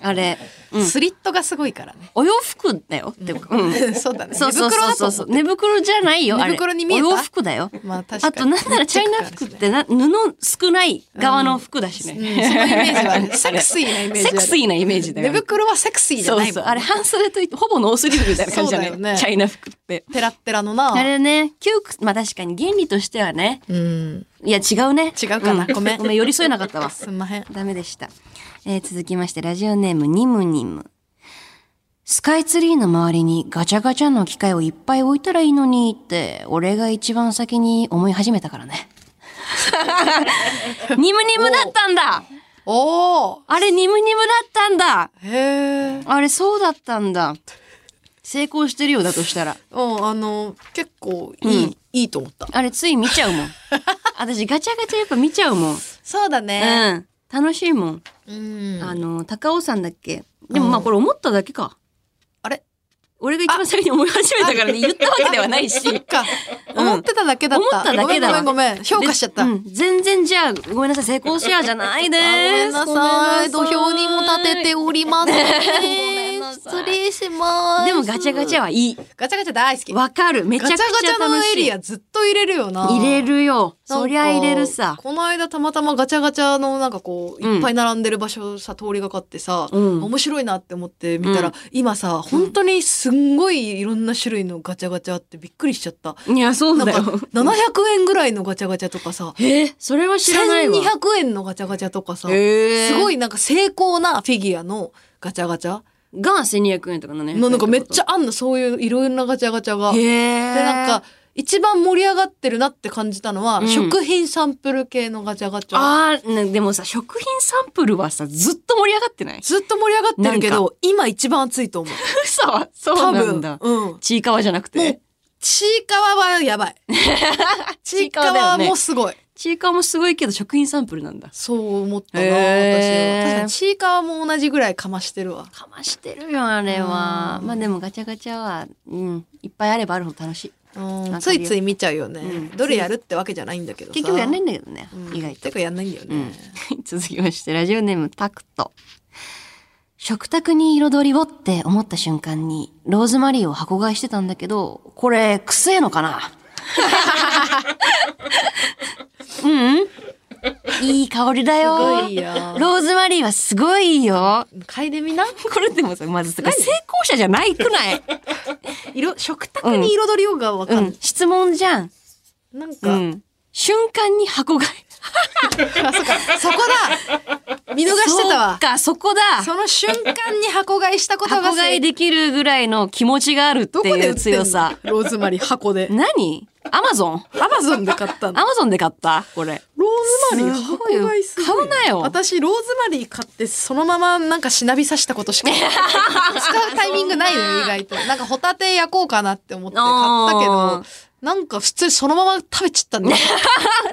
Speaker 2: あれ、うん。
Speaker 3: スリットがすごいからね
Speaker 2: お洋服だよって、うん。
Speaker 3: [LAUGHS] そうだね
Speaker 2: そうそうそう
Speaker 3: 寝袋だと
Speaker 2: そう
Speaker 3: 思
Speaker 2: そう。寝袋じゃないよ、あれ。
Speaker 3: 寝袋に見えた
Speaker 2: お洋服だよ。
Speaker 3: まあ確かに
Speaker 2: あと、なんならチャイナ服ってな、布少ない側の服だしね。
Speaker 3: うんそのイメージはある [LAUGHS] セクシーなイメージあ
Speaker 2: セ
Speaker 3: る
Speaker 2: クシーなイメージだ
Speaker 3: 寝
Speaker 2: よね。
Speaker 3: 袋はセクシーじゃ
Speaker 2: そう
Speaker 3: ないもん
Speaker 2: そう。あれ、半袖といって、ほぼノースリーブみたいな感じじゃない、
Speaker 3: そうだよね
Speaker 2: チャイナ服って。
Speaker 3: ペラッペラのな
Speaker 2: あれね、窮屈、まあ確かに原理としてはね。
Speaker 3: うん
Speaker 2: いや、違うね。
Speaker 3: 違うかな、
Speaker 2: ん
Speaker 3: ごめん
Speaker 2: ごめん、寄り添えなかったわ。
Speaker 3: すんまへん
Speaker 2: ダメでした。えー続きまして、ラジオネーム、ニムニム。スカイツリーの周りにガチャガチャの機械をいっぱい置いたらいいのにって、俺が一番先に思い始めたから [LAUGHS] ね。ニムニムだったんだ
Speaker 3: おー
Speaker 2: あれ、ニムニムだったんだ
Speaker 3: へえ
Speaker 2: あれ、そうだったんだ。成功してるようだとしたら。
Speaker 3: うん、あの、結構いい、
Speaker 2: うん
Speaker 3: いいと思った。
Speaker 2: あれ、つい見ちゃ
Speaker 3: [LAUGHS]
Speaker 2: うもん。私、ガチャガチャやっぱ見ちゃうもん。
Speaker 3: そうだね。
Speaker 2: うん。楽しいもん。
Speaker 3: うん。
Speaker 2: あの、高尾山だっけでもまあこれ思っただけか。
Speaker 3: あれ
Speaker 2: 俺が一番先に思い始めたからね、言ったわけではないし。
Speaker 3: そっか。
Speaker 2: うん
Speaker 3: 思ってただけだった。
Speaker 2: 思っただけだ
Speaker 3: ごめ
Speaker 2: わ
Speaker 3: んごめんごめん。 [LAUGHS] 評価しちゃった。
Speaker 2: でうん全然じゃあ、ごめんなさい、成功シェアじゃないで
Speaker 3: あごめん
Speaker 2: す。
Speaker 3: なさい。土俵にも立てております
Speaker 2: めん
Speaker 3: ね。
Speaker 2: なさ
Speaker 3: 失
Speaker 2: い
Speaker 3: 礼します。
Speaker 2: でもガチャガチャ
Speaker 3: は。
Speaker 2: はいい。
Speaker 3: ガチャガチャ大好き。ガ
Speaker 2: わかる。めち
Speaker 3: チャ
Speaker 2: ゃ
Speaker 3: ガ
Speaker 2: く
Speaker 3: チ
Speaker 2: ちゃ
Speaker 3: ャの
Speaker 2: 楽
Speaker 3: エ
Speaker 2: しい。
Speaker 3: リアずっと入れるよな。
Speaker 2: 入れるよ。
Speaker 3: なんか。
Speaker 2: そりゃ入れるさ。
Speaker 3: この間たまたまガチャガチャのなんかこう、
Speaker 2: うん
Speaker 3: いっぱい並んでる場所さ、通りがかってさ、
Speaker 2: うん
Speaker 3: 面白いなって思って見たら、
Speaker 2: うん
Speaker 3: 今さ、本当にすんごいいろんな種類のガチャガチャあってびっくりしちゃった。
Speaker 2: いや、そう
Speaker 3: [LAUGHS] なん
Speaker 2: だ
Speaker 3: か
Speaker 2: よ。
Speaker 3: 700円ぐらいのガチャガチャとかさ、
Speaker 2: えー、それは知らないわ。
Speaker 3: 1200円のガチャガチャとかさ、
Speaker 2: へー
Speaker 3: すごいなんか精巧なフィギュアのガチャガチャ。
Speaker 2: が1200円とか700円と
Speaker 3: なんかめっちゃあんの、そういういろいろなガチャガチャが。
Speaker 2: へ
Speaker 3: で、
Speaker 2: え。
Speaker 3: なんか、一番盛り上がってるなって感じたのは、
Speaker 2: うん
Speaker 3: 食品サンプル系のガチャガチャ。
Speaker 2: あー、ねでもさ、食品サンプルはさ、ずっと盛り上がって
Speaker 3: [LAUGHS]
Speaker 2: ない
Speaker 3: ずっと盛り上がってるけ
Speaker 2: なん
Speaker 3: ど、今一番熱いと思う。
Speaker 2: 草はそ
Speaker 3: 多
Speaker 2: う
Speaker 3: 分。
Speaker 2: なんだ。
Speaker 3: うん。
Speaker 2: ちいかわじゃなくて。 [LAUGHS]
Speaker 3: ちいかわはやばい。ちいかわはもうすごい。
Speaker 2: ちチーカーもすごいけど食品サンプルなんだ。
Speaker 3: そう思ったな、
Speaker 2: へー
Speaker 3: 私は確かにチーカーも同じぐらいかましてるわ
Speaker 2: かましてるよ、あれは。まあでもガチャガチャは、うん、いっぱいあればあるほど楽しい。
Speaker 3: う
Speaker 2: か
Speaker 3: んついつい見ちゃうよね、
Speaker 2: うん
Speaker 3: どれやるってわけじゃないんだけどさ
Speaker 2: 結局やんないんだけどね、
Speaker 3: うん
Speaker 2: 意外と
Speaker 3: て。かやんないんだよね、
Speaker 2: [LAUGHS] 続きまして、ラジオネームタクト。食卓に彩りをって思った瞬間に、ローズマリーを箱買いしてたんだけど、これ、くせえのかな [LAUGHS] うん、いい香りだよ。
Speaker 3: すごいよ
Speaker 2: ローズマリーはすごいいいよ。
Speaker 3: 嗅いでみな
Speaker 2: これでもさ、まずさ、成功者じゃないくない、
Speaker 3: 色食卓に彩りようがわかん
Speaker 2: う
Speaker 3: ない、
Speaker 2: ん、質問じゃん。
Speaker 3: なん
Speaker 2: う
Speaker 3: か、
Speaker 2: ん。瞬間に箱買い。
Speaker 3: そこだ見逃してた
Speaker 2: そ
Speaker 3: わ
Speaker 2: っか、そこだ。
Speaker 3: その瞬間に箱買いしたことが
Speaker 2: 箱買いできるぐらいの気持ちがあるって
Speaker 3: どこで
Speaker 2: い
Speaker 3: 売
Speaker 2: う
Speaker 3: ってん
Speaker 2: 強
Speaker 3: の
Speaker 2: さ。
Speaker 3: ローズマリー箱で
Speaker 2: 何アマゾン
Speaker 3: アマゾンで買った
Speaker 2: ア
Speaker 3: の
Speaker 2: マゾンで買ったこれ。
Speaker 3: ローズマリ
Speaker 2: す
Speaker 3: ー箱
Speaker 2: ごいよ
Speaker 3: 買いすごい
Speaker 2: 買うなよ
Speaker 3: 私ローズマリー買ってそのままなんかしなびさしたこと
Speaker 2: [LAUGHS]
Speaker 3: しか使うタイミングないのよ意外となんかホタテ焼こうかなって思って買ったけ
Speaker 2: あ
Speaker 3: どなんか普通にそのまま食べちったん
Speaker 2: [LAUGHS]
Speaker 3: だよ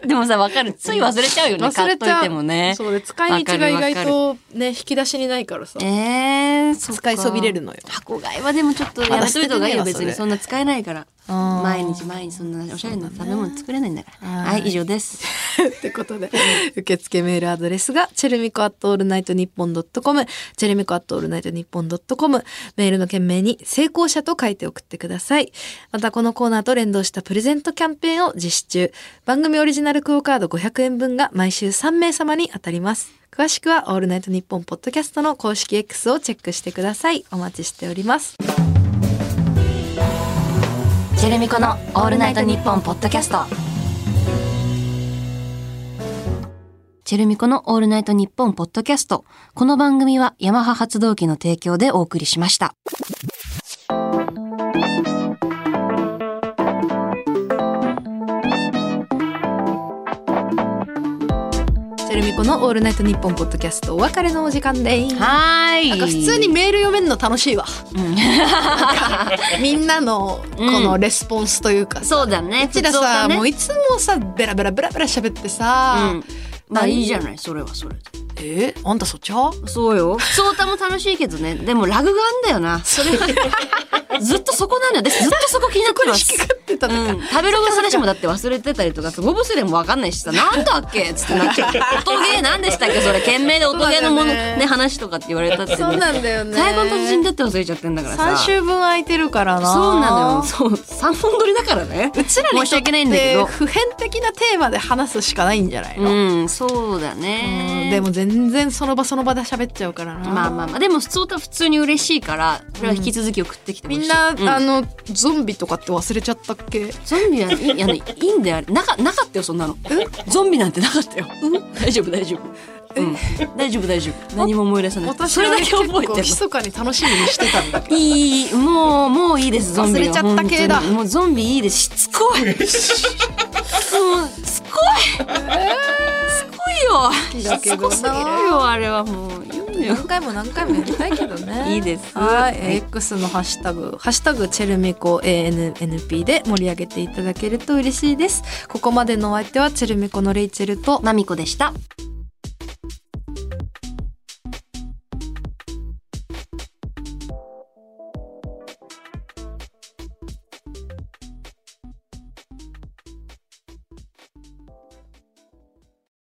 Speaker 2: でもさ、わかる。つい忘れちゃうよね。
Speaker 3: [LAUGHS] 忘
Speaker 2: 買
Speaker 3: れ
Speaker 2: っ
Speaker 3: ち
Speaker 2: とい
Speaker 3: ゃう
Speaker 2: てもね。
Speaker 3: そうで使い道が意外とね引き出しにないからさ
Speaker 2: えー、そっか
Speaker 3: 使いそびれるのよ
Speaker 2: 箱買いはでもちょっとやめといた方がいいよ。
Speaker 3: まだ捨
Speaker 2: 別に
Speaker 3: ててねえわそれ
Speaker 2: そんな使えないから。
Speaker 3: あー
Speaker 2: 毎日毎日そんなおしゃれな食べ物作れないんだから。
Speaker 3: うん
Speaker 2: はい、以上です。
Speaker 3: ってことで、受付メールアドレスが、チェルミコアットオールナイトニッポンドットコム、チェルミコアットオールナイトニッポンドットコム、メールの件名に成功者と書いて送ってください。またこのコーナーと連動したプレゼントキャンペーンを実施中、番組オリジナルクオカード500円分が毎週3名様に当たります。詳しくは、オールナイトニッポンポッドキャストの公式 X をチェックしてください。お待ちしております。
Speaker 2: ジェレミコのオールナイトニッポンポッドキャスト。ジェルミコのオールナイトニッポンポッドキャスト。この番組はヤマハ発動機の提供でお送りしました。
Speaker 3: チェルミコのオールナイトニッポンポッドキャスト、お別れのお時間です。
Speaker 2: はーい。
Speaker 3: なんか普通にメール読めるの楽しいわ。みんなのこのレスポンスというかさ、
Speaker 2: そうだね。
Speaker 3: うちらさ、
Speaker 2: 普通だね
Speaker 3: もういつもさベラベラベラベラ喋ってさ、
Speaker 2: うん。まあいいじゃない、それはそれで。
Speaker 3: えあんたそっちは
Speaker 2: そうよ。普通歌も楽しいけどね。でもラグがあんだよ
Speaker 3: [LAUGHS]
Speaker 2: な。それ。ずっとそこなんだよ。私ずっとそこ気になってます。
Speaker 3: 勝ってたとか、
Speaker 2: うん、食べログ探しもだって忘れてたりとかさボブスレーも分かんないしさ「なんだっけ?」っつってなっち
Speaker 3: [LAUGHS]
Speaker 2: ゃう「音ゲー何でしたっけそれ懸命で音ゲーのもの、
Speaker 3: そうだ
Speaker 2: ね
Speaker 3: ね
Speaker 2: 話とかって言われたって、ね、
Speaker 3: そうなんだよね
Speaker 2: 最後の達人だって忘れちゃってんだからさ
Speaker 3: 3週分空いてるからな
Speaker 2: そうなのよそう3本撮りだからね
Speaker 3: うちらに
Speaker 2: 申し訳ないんだけ
Speaker 3: とっ
Speaker 2: ど
Speaker 3: て普遍的なテーマで話すしかないんじゃないの、
Speaker 2: うんそうだ
Speaker 3: うん
Speaker 2: ね
Speaker 3: でも全然その場その場で喋っちゃうからな、
Speaker 2: まあまあまあでも普通と普通に嬉しいからそれは引き続き送ってきてほしい、
Speaker 3: みんな、
Speaker 2: う
Speaker 3: あのゾンビとかって忘れちゃったっけ
Speaker 2: ゾンビはいい [LAUGHS] あのいいんだよあれなかなかったよそんなのゾンビなんてなかったよ大丈夫大丈夫、うん、大丈夫大丈夫何も思い出さない
Speaker 3: 私
Speaker 2: そ
Speaker 3: は
Speaker 2: れだ
Speaker 3: ね
Speaker 2: け覚え
Speaker 3: 結構
Speaker 2: てる
Speaker 3: 密かに楽しみにしてたんだけど
Speaker 2: いいもうもういいですゾンビは
Speaker 3: 忘れちゃった系だ
Speaker 2: 本当にもうゾンビいいですしつこいもうしつこい、しつこいよ
Speaker 3: きだけどな
Speaker 2: しつこすぎるよあれはもういいのよ
Speaker 3: 何回も何回もやりたいけどね
Speaker 2: いいです
Speaker 3: はい、
Speaker 2: はい
Speaker 3: X のハッシュタグ「ハッシュタグチェルミコ ANNP」で盛り上げていただけると嬉しいですここまでのお相手はチェルミコのレイチェルと
Speaker 2: まみこでした